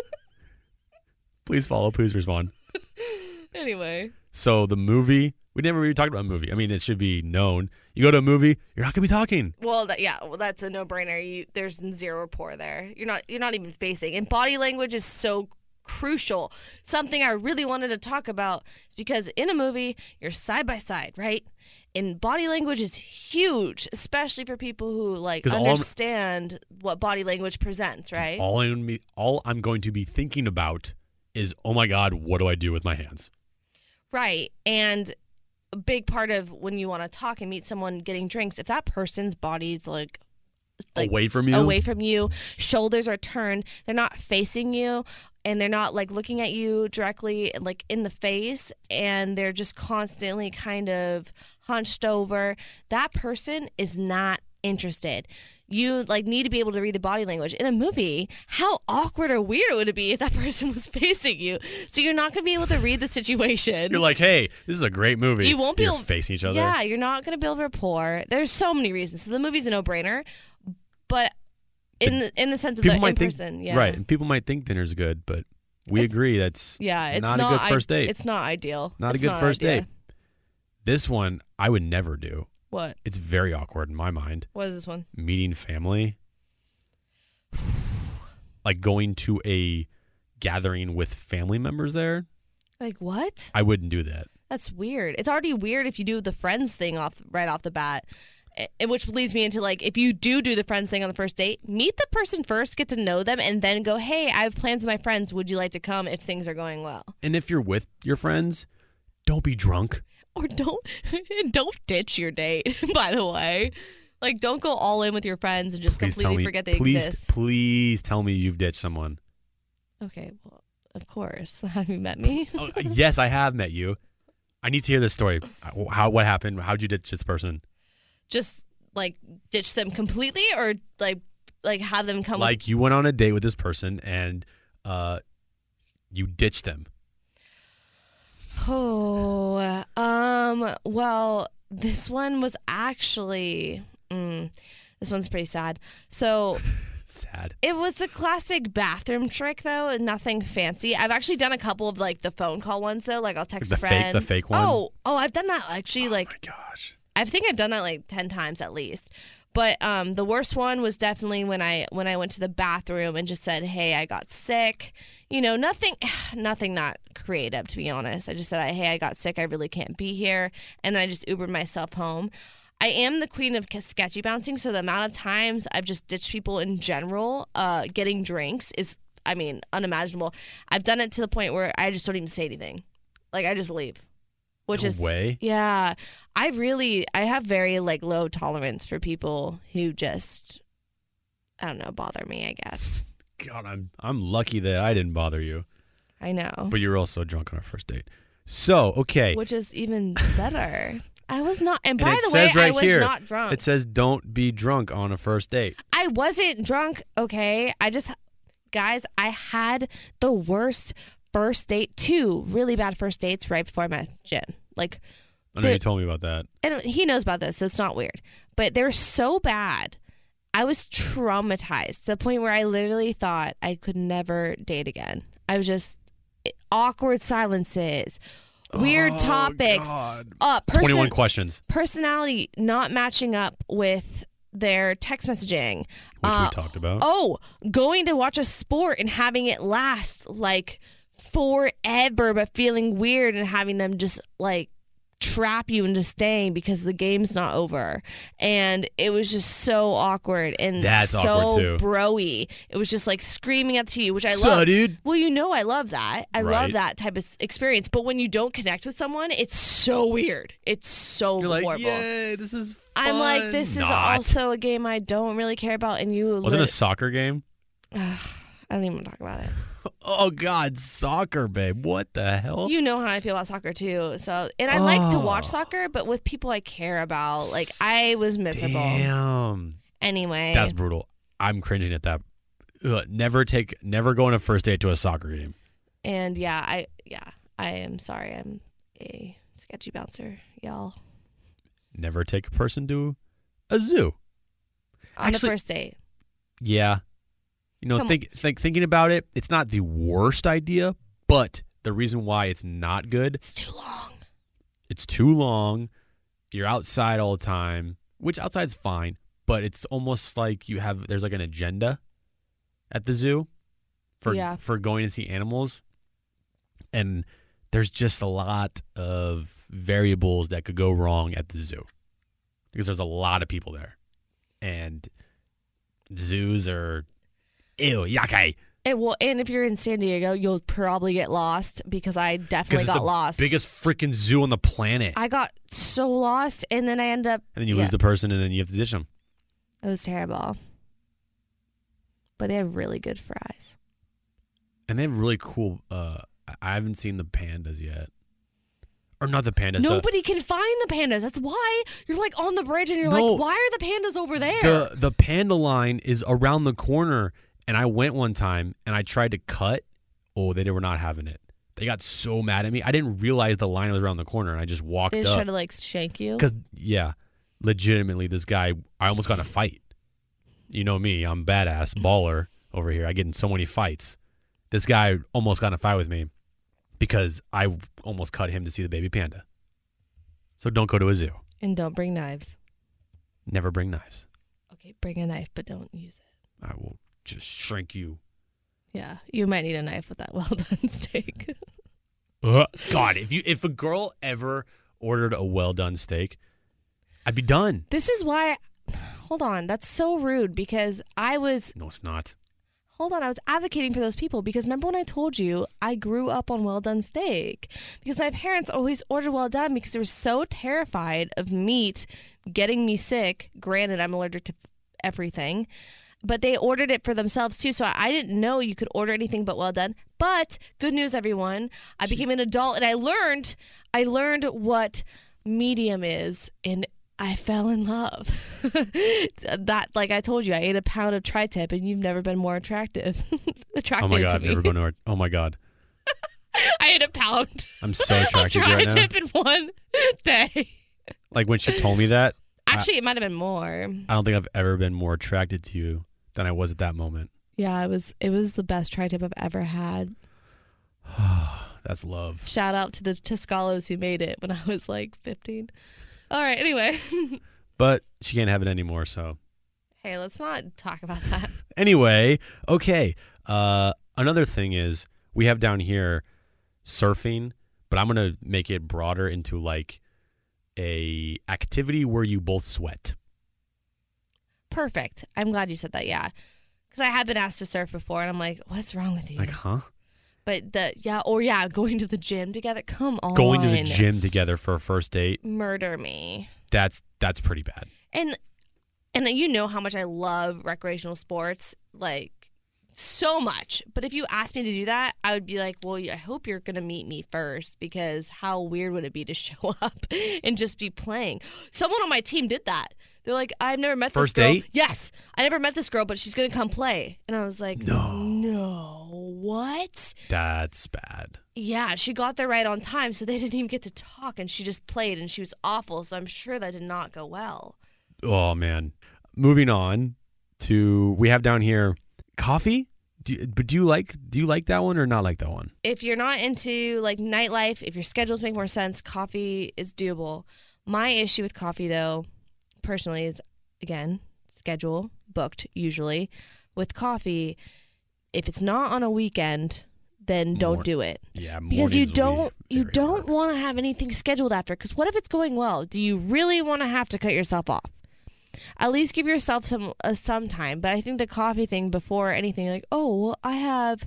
Speaker 2: please follow please respond
Speaker 1: Anyway.
Speaker 2: so the movie we never really talked about a movie i mean it should be known you go to a movie you're not going to be talking
Speaker 1: Well, that, yeah, well, that's a no-brainer. You, there's zero rapport there. You're not, you're not even facing. And body language is so crucial. Something I really wanted to talk about is because in a movie, you're side by side, right? And body language is huge, especially for people who like
Speaker 2: 'Cause all I'm-
Speaker 1: understand what body language presents, right?
Speaker 2: all i'm me all i'm going to be thinking about is oh my god what do i do with my hands
Speaker 1: Right. And a big part of when you want to talk and meet someone getting drinks, if that person's body's like like
Speaker 2: away from you
Speaker 1: away from you, shoulders are turned, they're not facing you and they're not like looking at you directly like in the face and they're just constantly kind of hunched over, that person is not interested. You like need to be able to read the body language. In a movie, how awkward or weird would it be if that person was facing you? So you're not going to be able to read the situation.
Speaker 2: you're like hey this is a great movie
Speaker 1: You won't be
Speaker 2: You're
Speaker 1: able-
Speaker 2: facing each other
Speaker 1: Yeah, you're not going to build rapport. There's so many reasons. So the movie's a no-brainer, but in the, in the sense of the
Speaker 2: people
Speaker 1: in
Speaker 2: might think
Speaker 1: person, yeah,
Speaker 2: right and people might think dinner's good but we
Speaker 1: It's-
Speaker 2: agree that's
Speaker 1: Yeah, it's
Speaker 2: Not
Speaker 1: not,
Speaker 2: a good
Speaker 1: i-
Speaker 2: first date.
Speaker 1: It's not ideal.
Speaker 2: not
Speaker 1: It's
Speaker 2: a good first
Speaker 1: idea.
Speaker 2: date this one i would never do
Speaker 1: What?
Speaker 2: it's very awkward in my mind
Speaker 1: What is this one?
Speaker 2: meeting family like going to a gathering with family members there
Speaker 1: Like what?
Speaker 2: i wouldn't do that
Speaker 1: That's weird. It's already weird if you do the friends thing off right off the bat. I- I- which leads me into like if you do do the friends thing on the first date, meet the person first, get to know them, and then go, hey, I have plans with my friends. Would you like to come if things are going well?
Speaker 2: and if you're with your friends don't be drunk
Speaker 1: or don't don't ditch your date by the way like don't go all in with your friends and just
Speaker 2: please tell
Speaker 1: completely
Speaker 2: me
Speaker 1: forget they
Speaker 2: please
Speaker 1: exist
Speaker 2: please tell me you've ditched someone
Speaker 1: okay well of course have you met me
Speaker 2: oh, yes i have met you i need to hear this story Uh, how what happened how'd you ditch this person
Speaker 1: just like ditch them completely or like like have them come
Speaker 2: like you went on a date with this person and uh you ditched them
Speaker 1: oh um well this one was actually mm, this one's pretty sad so
Speaker 2: sad
Speaker 1: It was a classic bathroom trick, though, and nothing fancy. I've actually done a couple of like the phone call ones, though. Like I'll text
Speaker 2: The
Speaker 1: a
Speaker 2: fake-
Speaker 1: friend.
Speaker 2: the fake one?
Speaker 1: Oh, oh, I've done that actually. like
Speaker 2: my gosh
Speaker 1: I think I've done that like ten times at least. But um, the worst one was definitely when I when I went to the bathroom and just said, "Hey, I got sick." You know, nothing, nothing that creative to be honest. I just said, "Hey, I got sick. I really can't be here," and then I just Ubered myself home. I am the queen of k- sketchy bouncing, so the amount of times I've just ditched people in general, uh, getting drinks is, I mean, unimaginable. I've done it to the point where I just don't even say anything, like I just leave, which
Speaker 2: no
Speaker 1: is
Speaker 2: way
Speaker 1: yeah. I really I have very like low tolerance for people who just I don't know, bother me, I guess.
Speaker 2: god i'm i'm lucky that i didn't bother you
Speaker 1: I know.
Speaker 2: But you were also drunk on our first date. So, okay.
Speaker 1: Which is even better. I was not and
Speaker 2: And
Speaker 1: by
Speaker 2: it
Speaker 1: the way,
Speaker 2: says
Speaker 1: I
Speaker 2: right
Speaker 1: was
Speaker 2: here,
Speaker 1: not drunk.
Speaker 2: It says don't be drunk on a first date.
Speaker 1: I wasn't drunk, okay? I just guys, I had the worst first date, two really bad first dates right before I met Jim. Like
Speaker 2: I know
Speaker 1: The-
Speaker 2: you told me about that.
Speaker 1: and he knows about this, so it's not weird. But they were so bad. I was traumatized to the point where I literally thought I could never date again. I was just awkward silences, Weird topics.
Speaker 2: Oh, God.
Speaker 1: Uh, person,
Speaker 2: 21 questions,
Speaker 1: personality not matching up with their text messaging.
Speaker 2: which
Speaker 1: Uh,
Speaker 2: we talked about.
Speaker 1: Oh, going to watch a sport and having it last like forever, but feeling weird and having them just like trap you into staying because the game's not over. And it was just so awkward and
Speaker 2: That's
Speaker 1: so
Speaker 2: awkward, too.
Speaker 1: broy. It was just like screaming up to you, which I
Speaker 2: so,
Speaker 1: love.
Speaker 2: dude.
Speaker 1: Well, you know, I love that. I love
Speaker 2: Right.
Speaker 1: that type of experience. But when you don't connect with someone, it's so weird. It's so
Speaker 2: You're like,
Speaker 1: horrible.
Speaker 2: yay, this is fun.
Speaker 1: I'm like, this is
Speaker 2: Not.
Speaker 1: also a game I don't really care about, and you.
Speaker 2: Wasn't it
Speaker 1: lit-
Speaker 2: a soccer game?
Speaker 1: Ugh, I don't even wanna talk about it.
Speaker 2: Oh, God, soccer, babe. What the hell?
Speaker 1: You know how I feel about soccer too. So, and I like to watch
Speaker 2: Oh.
Speaker 1: soccer, but with people I care about. Like I was miserable.
Speaker 2: Damn.
Speaker 1: Anyway,
Speaker 2: That's brutal. I'm cringing at that. Ugh, never take, never go on a first date to a soccer game.
Speaker 1: and yeah, I yeah, I am sorry. I'm a sketchy bouncer, y'all.
Speaker 2: Never take a person to a zoo.
Speaker 1: On
Speaker 2: Actually-
Speaker 1: the first date,
Speaker 2: Yeah. You know,
Speaker 1: Come on.
Speaker 2: think, think thinking about it, it's not the worst idea, but the reason why it's not good,
Speaker 1: it's too long.
Speaker 2: it's too long. You're outside all the time, which outside's fine, but it's almost like you have there's like an agenda at the zoo for
Speaker 1: Yeah.
Speaker 2: for going to see animals. And there's just a lot of variables that could go wrong at the zoo. Because there's a lot of people there. And zoos are ew, yucky.
Speaker 1: And well, and if you're in San Diego, you'll probably get lost because I definitely
Speaker 2: Because it's
Speaker 1: got
Speaker 2: the
Speaker 1: lost.
Speaker 2: biggest freaking zoo on the planet.
Speaker 1: I got so lost, and then I end up.
Speaker 2: and then you
Speaker 1: yeah.
Speaker 2: lose the person and then you have to ditch them.
Speaker 1: It was terrible. But they have really good fries.
Speaker 2: And they have really cool. Uh, I- I haven't seen the pandas yet, or not the pandas. the-
Speaker 1: Nobody can find the pandas. That's why you're like on the bridge and you're
Speaker 2: No.
Speaker 1: like, why are the pandas over there?
Speaker 2: the the panda line is around the corner, and I went one time and I tried to cut. Oh, they were not having it. They got so mad at me. I didn't realize the line was around the corner, and I just walked
Speaker 1: they just try
Speaker 2: up
Speaker 1: to like shank you.
Speaker 2: because yeah, legitimately, this guy. I almost got in a fight. You know me, I'm badass baller over here. I get in so many fights. This guy almost got in a fight with me because I almost cut him to see the baby panda. So don't go to a zoo.
Speaker 1: And don't bring knives.
Speaker 2: Never bring knives.
Speaker 1: Okay, bring a knife, but don't use it.
Speaker 2: I will just shrink you.
Speaker 1: Yeah, you might need a knife with that well done steak.
Speaker 2: Ugh. God, if you if a girl ever ordered a well done steak, I'd be done.
Speaker 1: this is why. Hold on, that's so rude because I was
Speaker 2: No, it's not.
Speaker 1: Hold on, I was advocating for those people because remember when I told you I grew up on well done steak because my parents always ordered well done because they were so terrified of meat getting me sick. Granted, I'm allergic to everything, but they ordered it for themselves too. So I- I didn't know you could order anything but well done. But good news, everyone, I became an adult and I learned, I learned what medium is and I fell in love. that, like I told you, I ate a pound of tri-tip, and you've never been more attractive. attractive
Speaker 2: Oh my god,
Speaker 1: to
Speaker 2: I've
Speaker 1: me.
Speaker 2: never going to. Our, oh my god,
Speaker 1: I ate a pound
Speaker 2: I'm so
Speaker 1: of
Speaker 2: attracted right now.
Speaker 1: tri-tip in one day.
Speaker 2: Like when she told me that,
Speaker 1: Actually, it might have been more.
Speaker 2: I don't think I've ever been more attracted to you than I was at that moment.
Speaker 1: Yeah, it was. It was the best tri-tip I've ever had.
Speaker 2: That's love.
Speaker 1: Shout out to the Tuscalos who made it when I was like 15. All right. Anyway,
Speaker 2: But she can't have it anymore, so
Speaker 1: hey, let's not talk about that.
Speaker 2: anyway, okay. Uh, another thing is we have down here surfing, but I'm gonna make it broader into like a activity where you both sweat.
Speaker 1: Perfect. I'm glad you said that. Yeah, because I have been asked to surf before, and I'm like, what's wrong with you?
Speaker 2: Like, huh?
Speaker 1: But the yeah, or yeah, going to the gym together. Come on,
Speaker 2: Going to the gym together for a first date.
Speaker 1: murder me.
Speaker 2: That's that's pretty bad.
Speaker 1: And and you know how much I love recreational sports, like so much. But if you asked me to do that, I would be like, well, I hope you're gonna meet me first because how weird would it be to show up and just be playing? Someone on my team did that. They're like, I've never met
Speaker 2: First
Speaker 1: this girl.
Speaker 2: date?
Speaker 1: Yes, I never met this girl, but she's gonna come play. And I was like,
Speaker 2: No.
Speaker 1: no, what?
Speaker 2: That's bad.
Speaker 1: Yeah, she got there right on time, so they didn't even get to talk, and she just played, and she was awful. So I'm sure that did not go well.
Speaker 2: Oh man. Moving on to we have down here coffee Do you, but do you like do you like that one or not like that one?
Speaker 1: if you're not into like nightlife, if your schedules make more sense, coffee is doable. My issue with coffee though, personally, is again, schedule booked usually. With coffee, if it's not on a weekend, then don't
Speaker 2: Mor-
Speaker 1: do it
Speaker 2: Yeah,
Speaker 1: because you don't you don't want to have anything scheduled after because what if it's going well do you really want to have to cut yourself off at least give yourself some uh, some time but i think the coffee thing before anything like oh well i have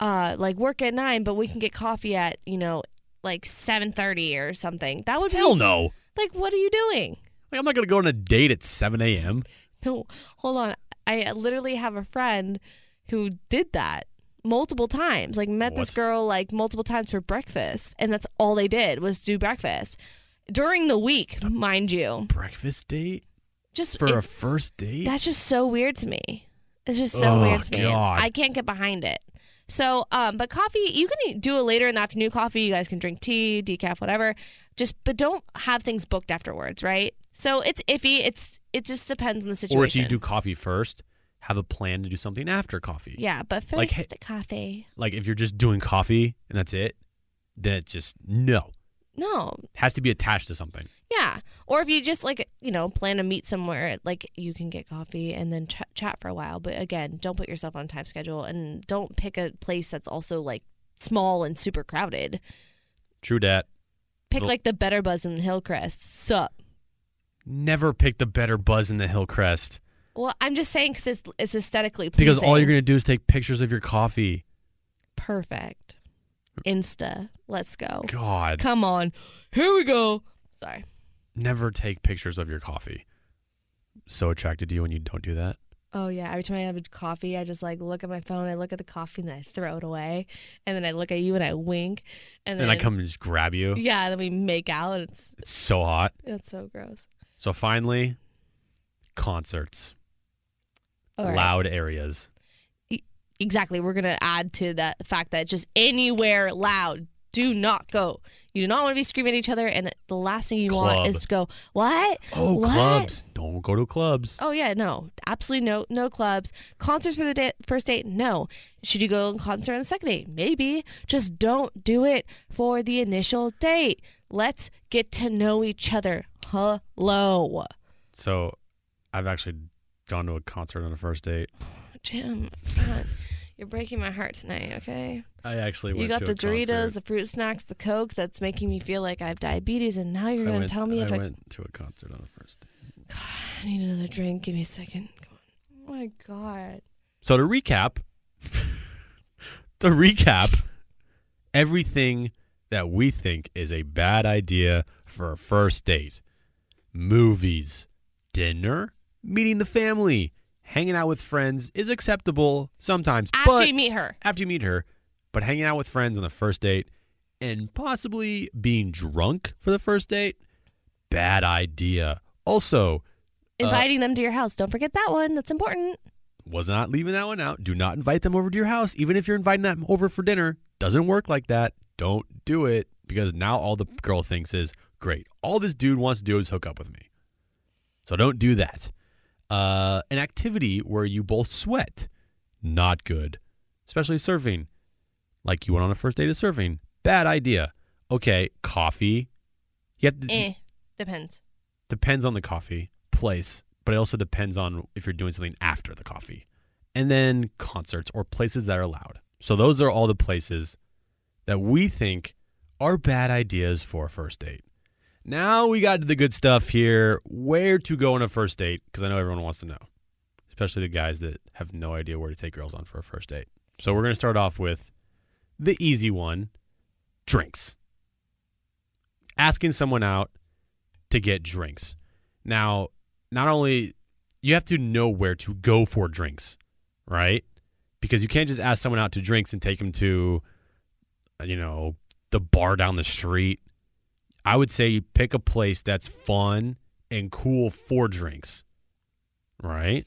Speaker 1: uh like work at nine but we can get coffee at you know like 7.30 or something that would be
Speaker 2: Hell no!
Speaker 1: like what are you doing
Speaker 2: Like, I'm not gonna go on a date at 7 a.m.
Speaker 1: no hold on i literally have a friend who did that multiple times like met this
Speaker 2: What?
Speaker 1: girl like multiple times for breakfast and that's all they did was do breakfast during the week mind you
Speaker 2: Breakfast date
Speaker 1: just
Speaker 2: for
Speaker 1: it-
Speaker 2: a first date?
Speaker 1: that's just so weird to me it's just so
Speaker 2: Oh,
Speaker 1: weird to me
Speaker 2: God.
Speaker 1: i can't get behind it so um but coffee you can eat- do it later in the afternoon coffee you guys can drink tea decaf whatever just but don't have things booked afterwards right so it's iffy it's it just depends on the situation
Speaker 2: or if you do coffee first, have a plan to do something after coffee.
Speaker 1: Yeah, but first
Speaker 2: Like, hey-
Speaker 1: coffee.
Speaker 2: Like if you're just doing coffee and that's it, then it just no
Speaker 1: No,
Speaker 2: has to be attached to something.
Speaker 1: yeah. Or if you just like you know plan to meet somewhere, like you can get coffee and then ch- chat for a while. But again, don't put yourself on time schedule and don't pick a place that's also like small and super crowded.
Speaker 2: True dat.
Speaker 1: Pick
Speaker 2: So-
Speaker 1: like the Better Buzz in Hillcrest. Sup.
Speaker 2: Never pick the better buzz in the Hillcrest
Speaker 1: Well, I'm just saying because it's, it's aesthetically pleasing.
Speaker 2: because all you're gonna do is take pictures of your coffee.
Speaker 1: perfect. Insta, let's go.
Speaker 2: God,
Speaker 1: Oh. Come on, here we go. Sorry.
Speaker 2: never take pictures of your coffee. So attracted to you when you don't do that.
Speaker 1: Oh yeah, every time I have a coffee, I just like look at my phone, I look at the coffee, and then I throw it away, and then I look at you and I wink, and
Speaker 2: And,
Speaker 1: then
Speaker 2: I come and just grab you.
Speaker 1: Yeah, and then we make out. and It's
Speaker 2: It's so hot.
Speaker 1: it's so gross.
Speaker 2: So finally, concerts,
Speaker 1: All right.
Speaker 2: loud areas.
Speaker 1: Exactly. We're gonna add to that fact that just anywhere loud, do not go. You do not want to be screaming at each other, and the last thing you want is
Speaker 2: Club.
Speaker 1: to go what?
Speaker 2: Oh,
Speaker 1: What?
Speaker 2: clubs. Don't go to clubs.
Speaker 1: Oh yeah, no, absolutely no, no clubs, concerts for the da- first date. No, should you go in concert on the second date? Maybe. Just don't do it for the initial date. Let's get to know each other. Hello,
Speaker 2: So I've actually gone to a concert on a first date.
Speaker 1: Jim. God, you're breaking my heart tonight. Okay,
Speaker 2: I actually went
Speaker 1: you got
Speaker 2: to
Speaker 1: the
Speaker 2: a concert.
Speaker 1: Doritos, the fruit snacks, the Coke. That's making me feel like I have diabetes, and now you're
Speaker 2: I
Speaker 1: gonna
Speaker 2: went,
Speaker 1: tell me
Speaker 2: I
Speaker 1: if I,
Speaker 2: went to a concert on a first date.
Speaker 1: I need another drink. Give me a second. Come on. Oh my God.
Speaker 2: So to recap, to recap, everything that we think is a bad idea for a first date: movies, dinner, meeting the family, hanging out with friends is acceptable sometimes,
Speaker 1: After
Speaker 2: but
Speaker 1: you meet her.
Speaker 2: after you meet her, but hanging out with friends on the first date and possibly being drunk for the first date, bad idea. Also, Uh,
Speaker 1: Inviting them to your house. Don't forget that one. That's important.
Speaker 2: was not leaving that one out. Do not invite them over to your house, even if you're inviting them over for dinner. Doesn't work like that. Don't do it because now all the girl thinks is great. All this dude wants to do is hook up with me. So don't do that. Uh, an activity where you both sweat, not good. Especially surfing. Like you went on a first date of surfing. Bad idea. Okay, coffee. You have to,
Speaker 1: Eh, depends.
Speaker 2: depends on the coffee place, but it also depends on if you're doing something after the coffee. And then concerts or places that are loud. So those are all the places that we think are bad ideas for a first date. Now we got to the good stuff here. Where to go on a first date? Because I know everyone wants to know, especially the guys that have no idea where to take girls on for a first date. So we're going to start off with the easy one drinks. Asking someone out to get drinks. Now, not only you have to know where to go for drinks, right? Because you can't just ask someone out to drinks and take them to, uh, you know, the bar down the street. I would say you pick a place that's fun and cool for drinks, right?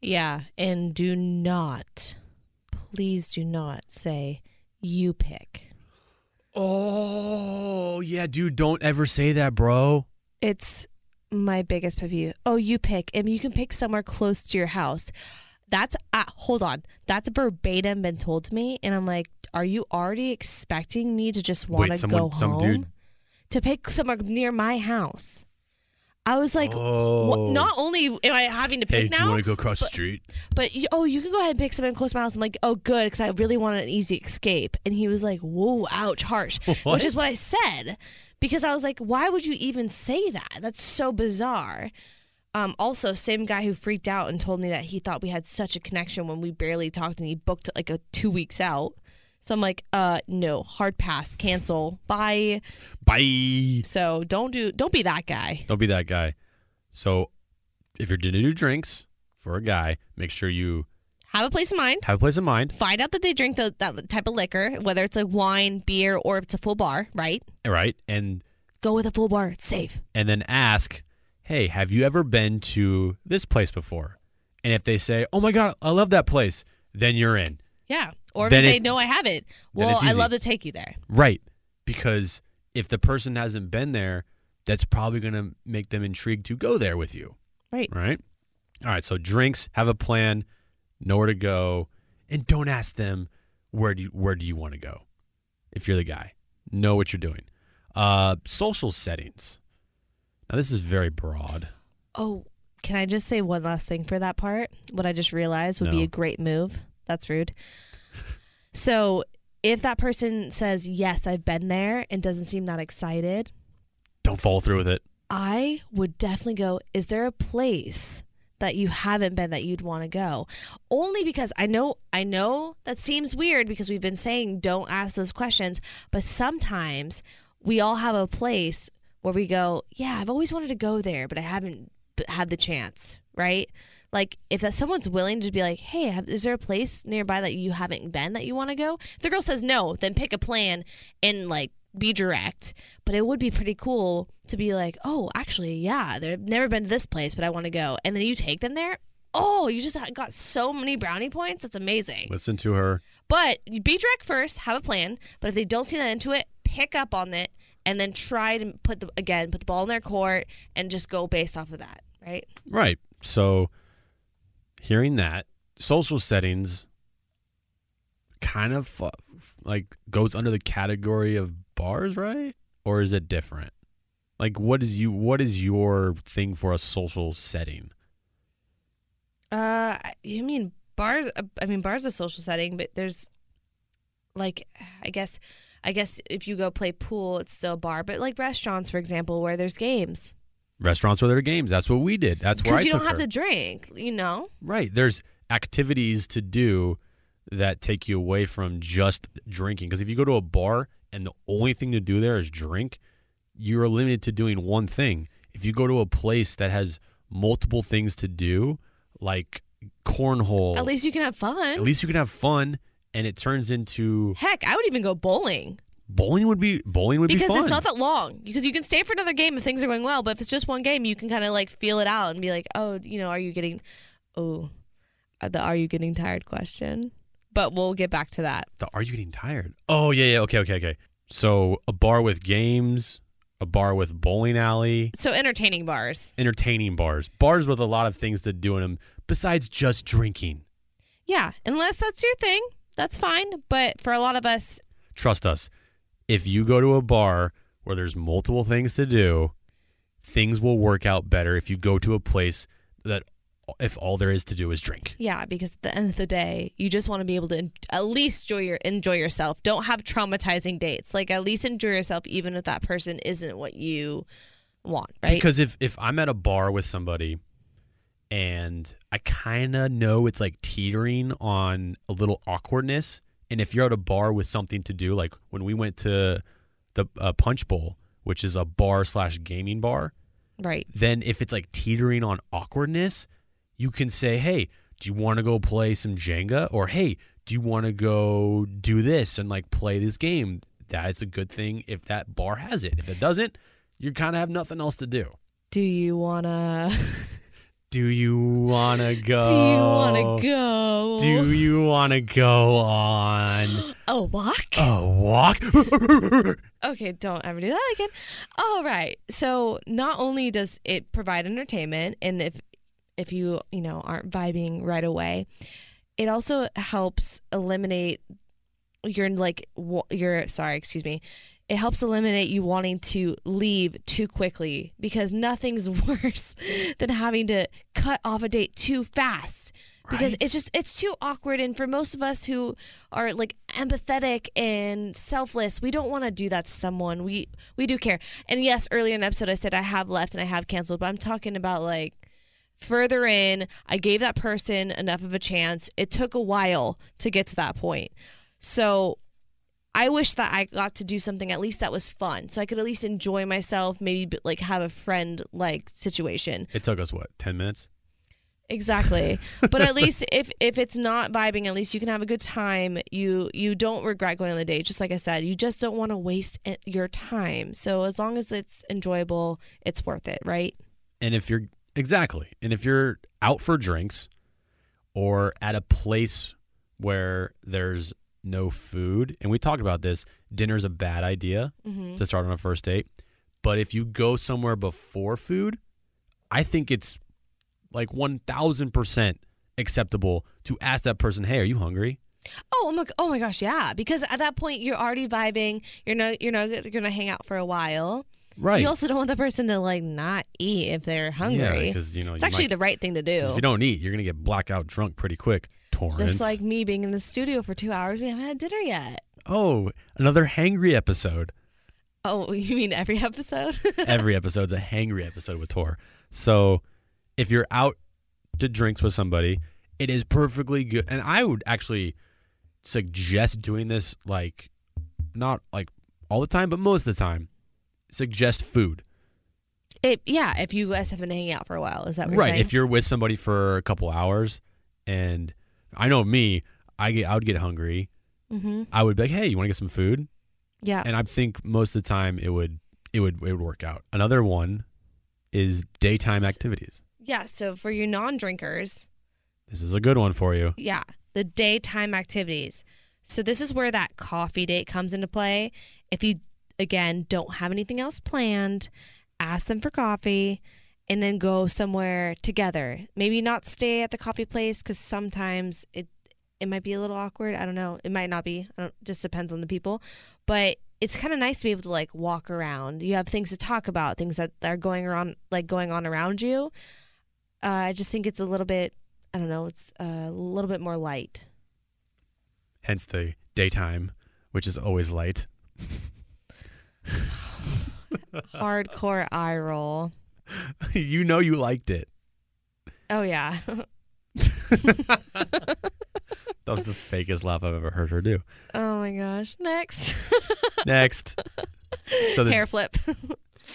Speaker 1: Yeah, and do not, please do not say you pick.
Speaker 2: Oh, yeah, dude, don't ever say that, bro.
Speaker 1: It's my biggest pet peeve. Oh, you pick, and you can pick somewhere close to your house. That's uh, hold on. That's verbatim been told to me, and I'm like, are you already expecting me to just want
Speaker 2: Wait,
Speaker 1: to
Speaker 2: someone,
Speaker 1: go
Speaker 2: some
Speaker 1: home
Speaker 2: dude.
Speaker 1: to pick someone near my house? I was like, wha-
Speaker 2: oh,
Speaker 1: not only am I having to
Speaker 2: Hey,
Speaker 1: pick
Speaker 2: do you
Speaker 1: now,
Speaker 2: want to go across the street?
Speaker 1: but you, oh, you can go ahead and pick someone close to my house. I'm like, oh, good, because I really want an easy escape. And he was like, whoa, ouch, harsh,
Speaker 2: What?
Speaker 1: which is what I said because I was like, why would you even say that? That's so bizarre. Um, also, same guy who freaked out and told me that he thought we had such a connection when we barely talked, and he booked like a two weeks out. So I'm like, uh, no, hard pass, cancel, bye.
Speaker 2: Bye.
Speaker 1: So don't do, don't be that guy.
Speaker 2: Don't be that guy. So, if you're gonna do drinks for a guy, make sure you
Speaker 1: Have a place in mind.
Speaker 2: have a place in mind,
Speaker 1: find out that they drink tho- that type of liquor, whether it's like wine, beer, or if it's a full bar, right?
Speaker 2: right? And
Speaker 1: Go with a full bar. It's safe.
Speaker 2: and then ask, "Hey, have you ever been to this place before?" And if they say, "Oh my god, I love that place," then you're in.
Speaker 1: Yeah. Or if
Speaker 2: Then
Speaker 1: you say,
Speaker 2: it-
Speaker 1: no, I haven't,
Speaker 2: then
Speaker 1: well,
Speaker 2: it's
Speaker 1: I
Speaker 2: easy.
Speaker 1: love to take you there.
Speaker 2: Right. Because if the person hasn't been there, that's probably going to make them intrigued to go there with you.
Speaker 1: Right.
Speaker 2: Right. All right. So drinks, have a plan, know where to go, and don't ask them where do you, where do you want to go. If you're the guy, know what you're doing. Uh, social settings. Now this is very broad.
Speaker 1: Oh, can I just say one last thing for that part? What I just realized would be
Speaker 2: No.
Speaker 1: a great move. That's rude. So if that person says, yes, I've been there and doesn't seem that excited,
Speaker 2: Don't follow through with it.
Speaker 1: I would definitely go, is there a place that you haven't been that you'd want to go? Only because I know I know that seems weird because we've been saying don't ask those questions, but sometimes we all have a place where we go, yeah, I've always wanted to go there, but I haven't b- had the chance, right? Like if that someone's willing to be like, hey, have, is there a place nearby that you haven't been that you want to go? If the girl says no, then pick a plan and like be direct. But it would be pretty cool to be like, oh, actually, yeah, they've never been to this place, but I want to go, and then you take them there. Oh, you just got so many brownie points. It's amazing.
Speaker 2: Listen to her.
Speaker 1: But you be direct first, have a plan. But if they don't see that into it, pick up on it and then try to put the again put the ball in their court and just go based off of that, right?
Speaker 2: Right. So hearing that, social settings kind of fu- like goes under the category of bars, right? Or is it different? Like what is you what is your thing for a social setting?
Speaker 1: Uh, you mean bars? uh, I mean bars a social setting, but there's like I guess I guess if you go play pool, it's still a bar. But like restaurants, for example, where there's games,
Speaker 2: Restaurants where there are games. That's what we did. That's where I
Speaker 1: because you
Speaker 2: took
Speaker 1: don't have
Speaker 2: her.
Speaker 1: to drink, you know.
Speaker 2: Right. There's activities to do that take you away from just drinking. Because if you go to a bar and the only thing to do there is drink, you're limited to doing one thing. If you go to a place that has multiple things to do, like cornhole,
Speaker 1: At least you can have
Speaker 2: at
Speaker 1: fun.
Speaker 2: least you can have fun. And it turns into
Speaker 1: Heck, I would even go bowling.
Speaker 2: bowling would be bowling would be
Speaker 1: because
Speaker 2: fun.
Speaker 1: it's not that long. Because you can stay for another game if things are going well, but if it's just one game, you can kind of like feel it out and be like, oh, you know, are you getting, oh, uh, the are you getting tired question. But we'll get back to that.
Speaker 2: The are you getting tired? Oh yeah, yeah. Okay, okay, okay. So a bar with games, a bar with bowling alley,
Speaker 1: So entertaining bars,
Speaker 2: entertaining bars, bars with a lot of things to do in them besides just drinking.
Speaker 1: yeah, unless that's your thing, that's fine. But for a lot of us,
Speaker 2: Trust us, if you go to a bar where there's multiple things to do, things will work out better if you go to a place that if all there is to do is drink.
Speaker 1: yeah, because at the end of the day, you just want to be able to en- at least enjoy your enjoy yourself. Don't have traumatizing dates. Like at least enjoy yourself, even if that person isn't what you want, right?
Speaker 2: Because if if I'm at a bar with somebody and I kind of know it's like teetering on a little awkwardness, and if you're at a bar with something to do, like when we went to the uh, Punch Bowl, which is a bar slash gaming bar,
Speaker 1: right.
Speaker 2: then if it's like teetering on awkwardness, you can say, "Hey, do you want to go play some Jenga?" or "Hey, do you want to go do this and like play this game?" That's a good thing if that bar has it. If it doesn't, you kind of have nothing else to do.
Speaker 1: Do you wanna?
Speaker 2: Do you want to go?
Speaker 1: Do you want to go?
Speaker 2: Oh. Do you want to go on
Speaker 1: a walk?
Speaker 2: a walk?
Speaker 1: Okay, don't ever do that again. All right. So not only does it provide entertainment, and if if you, you know, aren't vibing right away. It also helps eliminate your like wa- your sorry, excuse me. It helps eliminate you wanting to leave too quickly because nothing's worse than having to cut off a date too fast because
Speaker 2: Right?
Speaker 1: it's just it's too awkward and for most of us who are like empathetic and selfless we don't want to do that to someone we we do care and yes earlier in the episode i said i have left and i have canceled but i'm talking about like further in i gave that person enough of a chance it took a while to get to that point so i wish that i got to do something at least that was fun so i could at least enjoy myself maybe but, like have a friend like situation
Speaker 2: It took us what ten minutes.
Speaker 1: Exactly. But at least if if it's not vibing, at least you can have a good time. You you don't regret going on the date. Just like I said, you just don't want to waste it- your time. So as long as it's enjoyable, it's worth it, right?
Speaker 2: And if you're exactly, and if you're out for drinks, or at a place where there's no food, and we talked about this, dinner's a bad idea
Speaker 1: Mm-hmm.
Speaker 2: to start on a first date. But if you go somewhere before food, I think it's like one thousand percent acceptable to ask that person, "Hey, are you hungry?"
Speaker 1: Oh my oh my gosh, yeah. Because at that point you're already vibing. You're no you're not you're gonna hang out for a while.
Speaker 2: Right.
Speaker 1: You also don't want the person to like not eat if they're hungry.
Speaker 2: Yeah, because you know
Speaker 1: it's
Speaker 2: you
Speaker 1: actually
Speaker 2: might-
Speaker 1: the right thing to
Speaker 2: 'cause if
Speaker 1: do.
Speaker 2: you don't eat, you're gonna get blackout drunk pretty quick. Torrance.
Speaker 1: Just like me being in the studio for two hours, we haven't had dinner yet.
Speaker 2: oh, another hangry episode.
Speaker 1: Oh, you mean every episode?
Speaker 2: Every episode's a hangry episode with Tor. So if you're out to drinks with somebody, it is perfectly good. And I would actually suggest doing this like not like all the time, but most of the time. Suggest food.
Speaker 1: It, yeah, if you guys have been hanging out for a while, is that what
Speaker 2: right.
Speaker 1: You're saying?
Speaker 2: If you're with somebody for a couple hours and I know me, I get I would get hungry.
Speaker 1: mm-hmm.
Speaker 2: I would be like, hey, you want to get some food?
Speaker 1: yeah,
Speaker 2: and I think most of the time it would it would it would work out. Another one is daytime activities.
Speaker 1: yeah. So for you non-drinkers,
Speaker 2: This is a good one for you.
Speaker 1: yeah, the daytime activities. So this is where that coffee date comes into play. If you again don't have anything else planned, ask them for coffee, and then go somewhere together. Maybe not stay at the coffee place because sometimes it it might be a little awkward. I don't know. It might not be. I don't. Just depends on the people. But it's kind of nice to be able to like walk around. You have things to talk about, things that are going around, like going on around you. Uh, I just think it's a little bit. I don't know. It's a little bit more light.
Speaker 2: Hence the daytime, which is always light.
Speaker 1: Hardcore eye roll.
Speaker 2: you know you liked it.
Speaker 1: Oh yeah.
Speaker 2: that was the fakest laugh I've ever heard her do.
Speaker 1: oh my gosh. Next.
Speaker 2: Next. So the-
Speaker 1: Hair flip.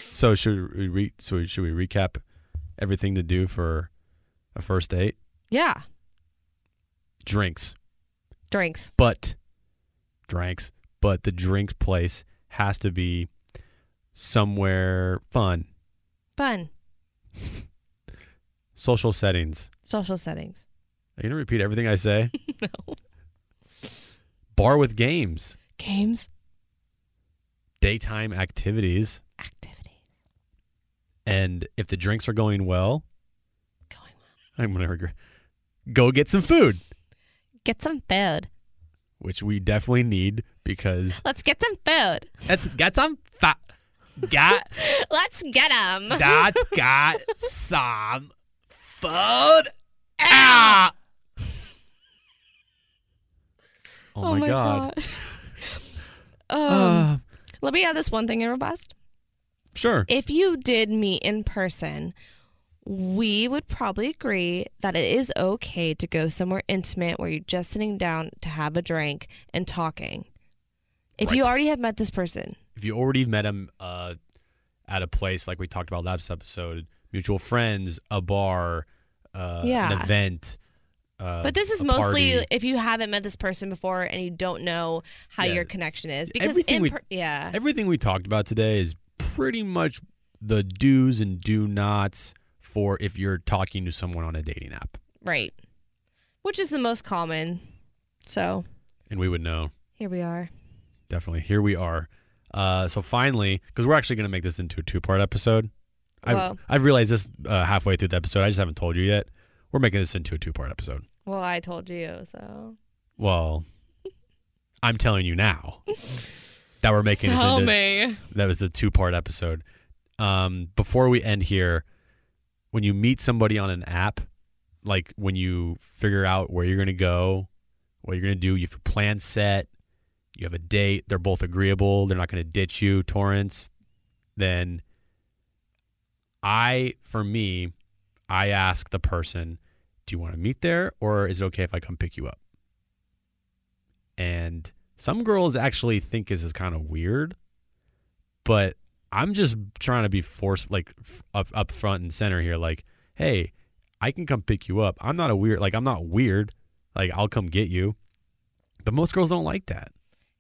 Speaker 2: So should we re- so should we recap everything to do for a first date?
Speaker 1: yeah.
Speaker 2: Drinks.
Speaker 1: Drinks.
Speaker 2: but drinks, but the drinks place has to be somewhere fun,
Speaker 1: Fun.
Speaker 2: social settings.
Speaker 1: Social settings.
Speaker 2: Are you gonna repeat everything I say?
Speaker 1: no.
Speaker 2: Bar with games,
Speaker 1: Games.
Speaker 2: daytime activities,
Speaker 1: Activity.
Speaker 2: and if the drinks are going well,
Speaker 1: Going well.
Speaker 2: I'm gonna regret. Go get some food,
Speaker 1: Get some food.
Speaker 2: which we definitely need because
Speaker 1: Let's get some food.
Speaker 2: that's got some fat. Got
Speaker 1: Let's get them.
Speaker 2: that's got some food. Ah! Oh, my, god.
Speaker 1: gosh. um,
Speaker 2: Uh,
Speaker 1: let me add this one thing in robust.
Speaker 2: sure.
Speaker 1: If you did meet in person, we would probably agree that it is okay to go somewhere intimate where you're just sitting down to have a drink and talking. If you
Speaker 2: Right.
Speaker 1: already have met this person,
Speaker 2: If you already met him uh, at a place like we talked about last episode, mutual friends, a bar, uh, an
Speaker 1: Yeah.
Speaker 2: event. Uh,
Speaker 1: but this is
Speaker 2: a
Speaker 1: mostly
Speaker 2: party.
Speaker 1: if you haven't met this person before and you don't know how
Speaker 2: Yeah.
Speaker 1: your connection is because
Speaker 2: Everything
Speaker 1: in
Speaker 2: we-
Speaker 1: per- yeah,
Speaker 2: everything we talked about today is pretty much the do's and do nots for if you're talking to someone on a dating app,
Speaker 1: right. Which is the most common. So,
Speaker 2: and we would know
Speaker 1: here we are.
Speaker 2: definitely. Here we are. Uh, so finally, because we're actually going to make this into a two-part episode. I
Speaker 1: Well-
Speaker 2: I realized this uh, halfway through the episode. I just haven't told you yet. We're making this into a two part episode.
Speaker 1: Well, I told you so.
Speaker 2: Well, I'm telling you now that we're making this
Speaker 1: Tell
Speaker 2: into
Speaker 1: me.
Speaker 2: that was a two part episode. Um, before we end here, when you meet somebody on an app, like when you figure out where you're gonna go, what you're gonna do, you have a plan set, you have a date, they're both agreeable, they're not gonna ditch you, Torrance, then I for me, I ask the person, Do you wanna meet there or is it okay if I come pick you up? And some girls actually think this is kind of weird but I'm just trying to be forced like f- up up front and center here like hey I can come pick you up I'm not a weird like I'm not weird like I'll come get you but most girls don't like that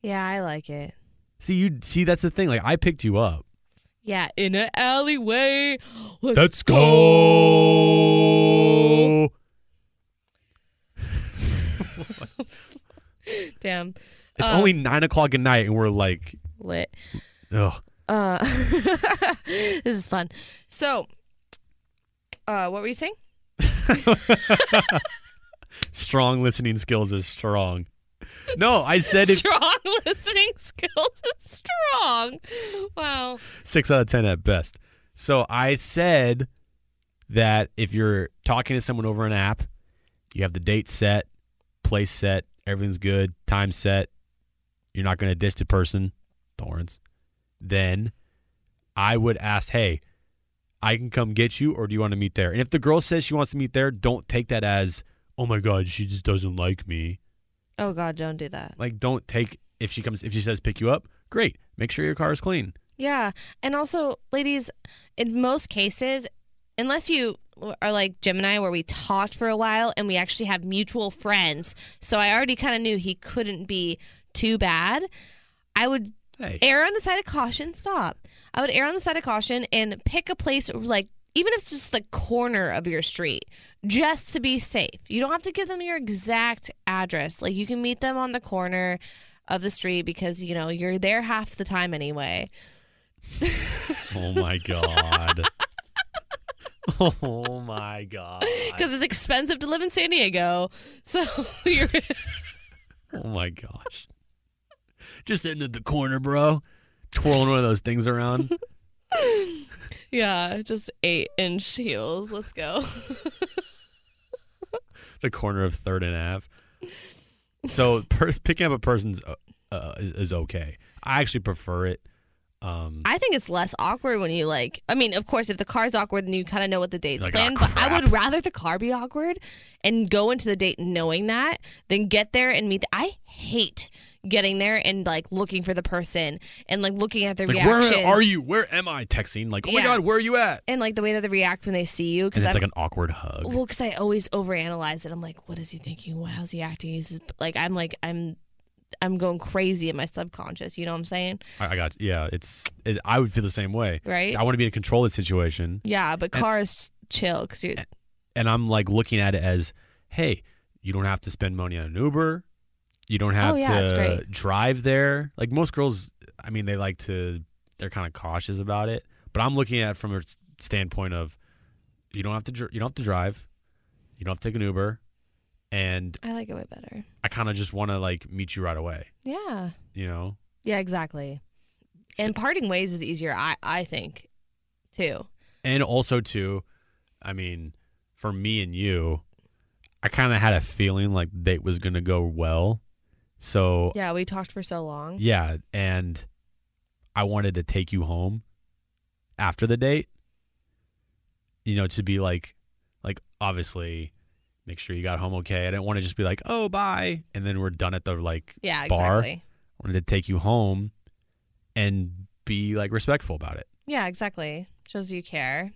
Speaker 1: Yeah, I like it.
Speaker 2: see you see that's the thing like I picked you up
Speaker 1: Yeah, in an alleyway. Let's,
Speaker 2: go
Speaker 1: Damn.
Speaker 2: it's
Speaker 1: Uh,
Speaker 2: only nine o'clock at night and we're like
Speaker 1: Lit.
Speaker 2: ugh
Speaker 1: Uh, this is fun. So, uh, what were you saying?
Speaker 2: strong listening skills is strong no I said if
Speaker 1: strong listening skills is strong. Wow.
Speaker 2: six out of ten at best. So I said that if you're talking to someone over an app, you have the date set, place set, everything's good, time set. You're not going to ditch the person, Torrance. Then I would ask, hey, I can come get you, or do you want to meet there? And if the girl says she wants to meet there, don't take that as, oh my God, she just doesn't like me.
Speaker 1: Oh God, don't do that.
Speaker 2: Like, don't take if she comes if she says pick you up, great. Make sure your car is clean.
Speaker 1: Yeah, and also, ladies, in most cases, unless you are like Gemini, where we talked for a while and we actually have mutual friends, so I already kind of knew he couldn't be too bad. I would
Speaker 2: Hey,
Speaker 1: err on the side of caution. Stop. I would err on the side of caution and pick a place like even if it's just the corner of your street, just to be safe. You don't have to give them your exact address. Like you can meet them on the corner of the street because you know you're there half the time anyway.
Speaker 2: Oh my god. oh my god.
Speaker 1: Because it's expensive to live in San Diego, so you're
Speaker 2: Oh my gosh. Just sitting at the corner, bro, twirling one of those things around.
Speaker 1: yeah, just eight inch heels. Let's go.
Speaker 2: the corner of Third and Ave. So per- picking up a person's uh, uh, is, is okay. I actually prefer it. Um,
Speaker 1: I think it's less awkward when you like. I mean, of course, if the car's awkward, then you kind of know what the date's
Speaker 2: Like, ah,
Speaker 1: planned. but I would
Speaker 2: crap.
Speaker 1: rather the car be awkward and go into the date knowing that than get there and meet. The, I hate getting there and like looking for the person and like looking at their
Speaker 2: like,
Speaker 1: reaction.
Speaker 2: where are you? Where am I? Texting like, oh my
Speaker 1: Yeah.
Speaker 2: god, where are you at?
Speaker 1: And like the way that they react when they see you,
Speaker 2: And
Speaker 1: because
Speaker 2: it's
Speaker 1: I'm
Speaker 2: like an awkward hug.
Speaker 1: Well, because I always overanalyze it. I'm like, what is he thinking? Well, how's he acting? Is this, like, I'm like, I'm, I'm going crazy in my subconscious. You know what I'm saying?
Speaker 2: I, I got yeah. It's it, I would feel the same way.
Speaker 1: Right?
Speaker 2: I want to be in control of the situation.
Speaker 1: Yeah, but car is chill because you're.
Speaker 2: and I'm like looking at it as, hey, you don't have to spend money on an Uber. You don't have
Speaker 1: Oh, yeah, it's
Speaker 2: to
Speaker 1: great.
Speaker 2: drive there. Like most girls, I mean, they like to, they're kind of cautious about it. But I'm looking at it from a s- standpoint of, you don't have to, dr- you don't have to drive, you don't have to take an Uber, and
Speaker 1: I like it way better.
Speaker 2: I kind of just want to like meet you right away.
Speaker 1: Yeah.
Speaker 2: You know,
Speaker 1: Yeah. Exactly. And parting ways is easier. I I think, too.
Speaker 2: and also too, I mean, for me and you, I kind of had a feeling like date was gonna go well, so
Speaker 1: Yeah, we talked for so long.
Speaker 2: Yeah, and I wanted to take you home after the date. You know, to be like like obviously make sure you got home okay. I didn't want to just be like, "Oh, bye." And then we're done at the like
Speaker 1: Yeah.
Speaker 2: Bar.
Speaker 1: Exactly.
Speaker 2: I wanted to take you home and be like respectful about it.
Speaker 1: Yeah. Exactly. Shows you care.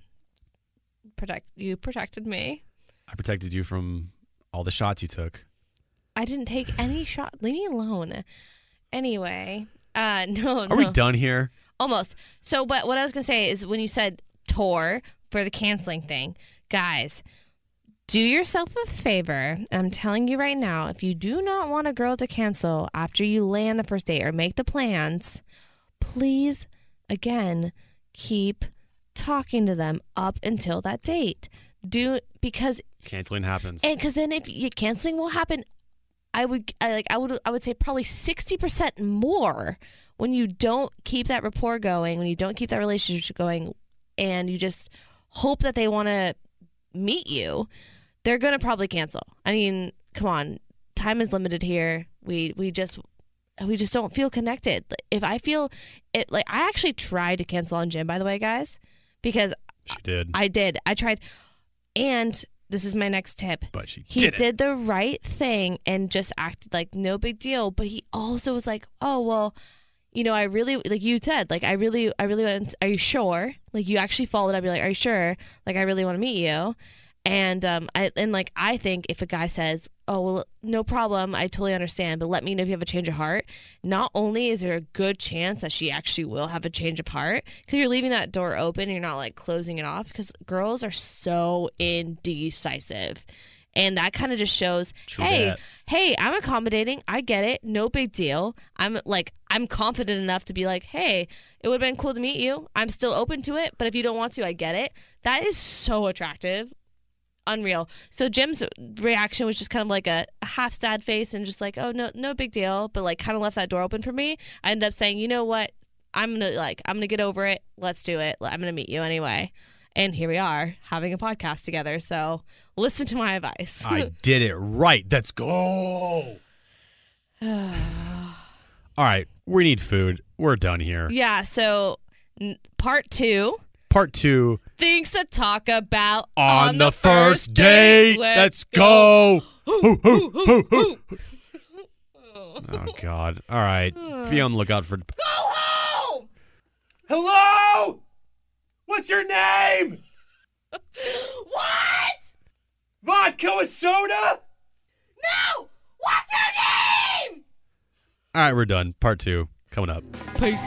Speaker 1: Protect you protected me.
Speaker 2: I protected you from all the shots you took.
Speaker 1: I didn't take any shot. Leave me alone. Anyway, uh, no,
Speaker 2: Are
Speaker 1: no,
Speaker 2: we done here?
Speaker 1: almost. So, but what I was gonna say is when you said tour for the canceling thing, guys, do yourself a favor. I'm telling you right now, if you do not want a girl to cancel after you land the first date or make the plans, please, again, keep talking to them up until that date. Do because
Speaker 2: Canceling happens.
Speaker 1: and because then if you canceling will happen, I would I, like I would I would say probably sixty percent more when you don't keep that rapport going, when you don't keep that relationship going, and you just hope that they want to meet you, they're gonna probably cancel. I mean, come on, time is limited here. We we just we just don't feel connected. Like, If I feel it, like I actually tried to cancel on Jim, by the way, guys, because
Speaker 2: she did,
Speaker 1: I did. I tried, and this is my next tip
Speaker 2: but she
Speaker 1: he
Speaker 2: did
Speaker 1: did,
Speaker 2: it.
Speaker 1: the right thing and just acted like no big deal but he also was like oh well you know i really like you said like i really i really want are you sure like you actually followed up you're like are you sure like i really want to meet you and um i and like i think if a guy says oh well no problem i totally understand but let me know if you have a change of heart not only is there a good chance that she actually will have a change of heart because you're leaving that door open you're not like closing it off because girls are so indecisive and that kind of just shows
Speaker 2: True
Speaker 1: hey
Speaker 2: that.
Speaker 1: hey i'm accommodating i get it no big deal i'm like i'm confident enough to be like hey it would have been cool to meet you i'm still open to it but if you don't want to i get it that is so attractive unreal so jim's reaction was just kind of like a half sad face and just like oh no no big deal but like kind of left that door open for me i ended up saying you know what i'm gonna like i'm gonna get over it let's do it i'm gonna meet you anyway and here we are having a podcast together so listen to my advice
Speaker 2: I did it right. Let's go. All right, we need food. We're done here.
Speaker 1: Yeah, so n- part two
Speaker 2: Part two
Speaker 1: things to talk about
Speaker 2: on, the, first, date. Let's go. Hoo, hoo, hoo, hoo. Oh God! All right, be on the lookout for.
Speaker 1: Go home!
Speaker 2: Hello. What's your name?
Speaker 1: What?
Speaker 2: Vodka with soda.
Speaker 1: No! What's your name?
Speaker 2: All right, we're done. Part two coming up.
Speaker 1: Peace.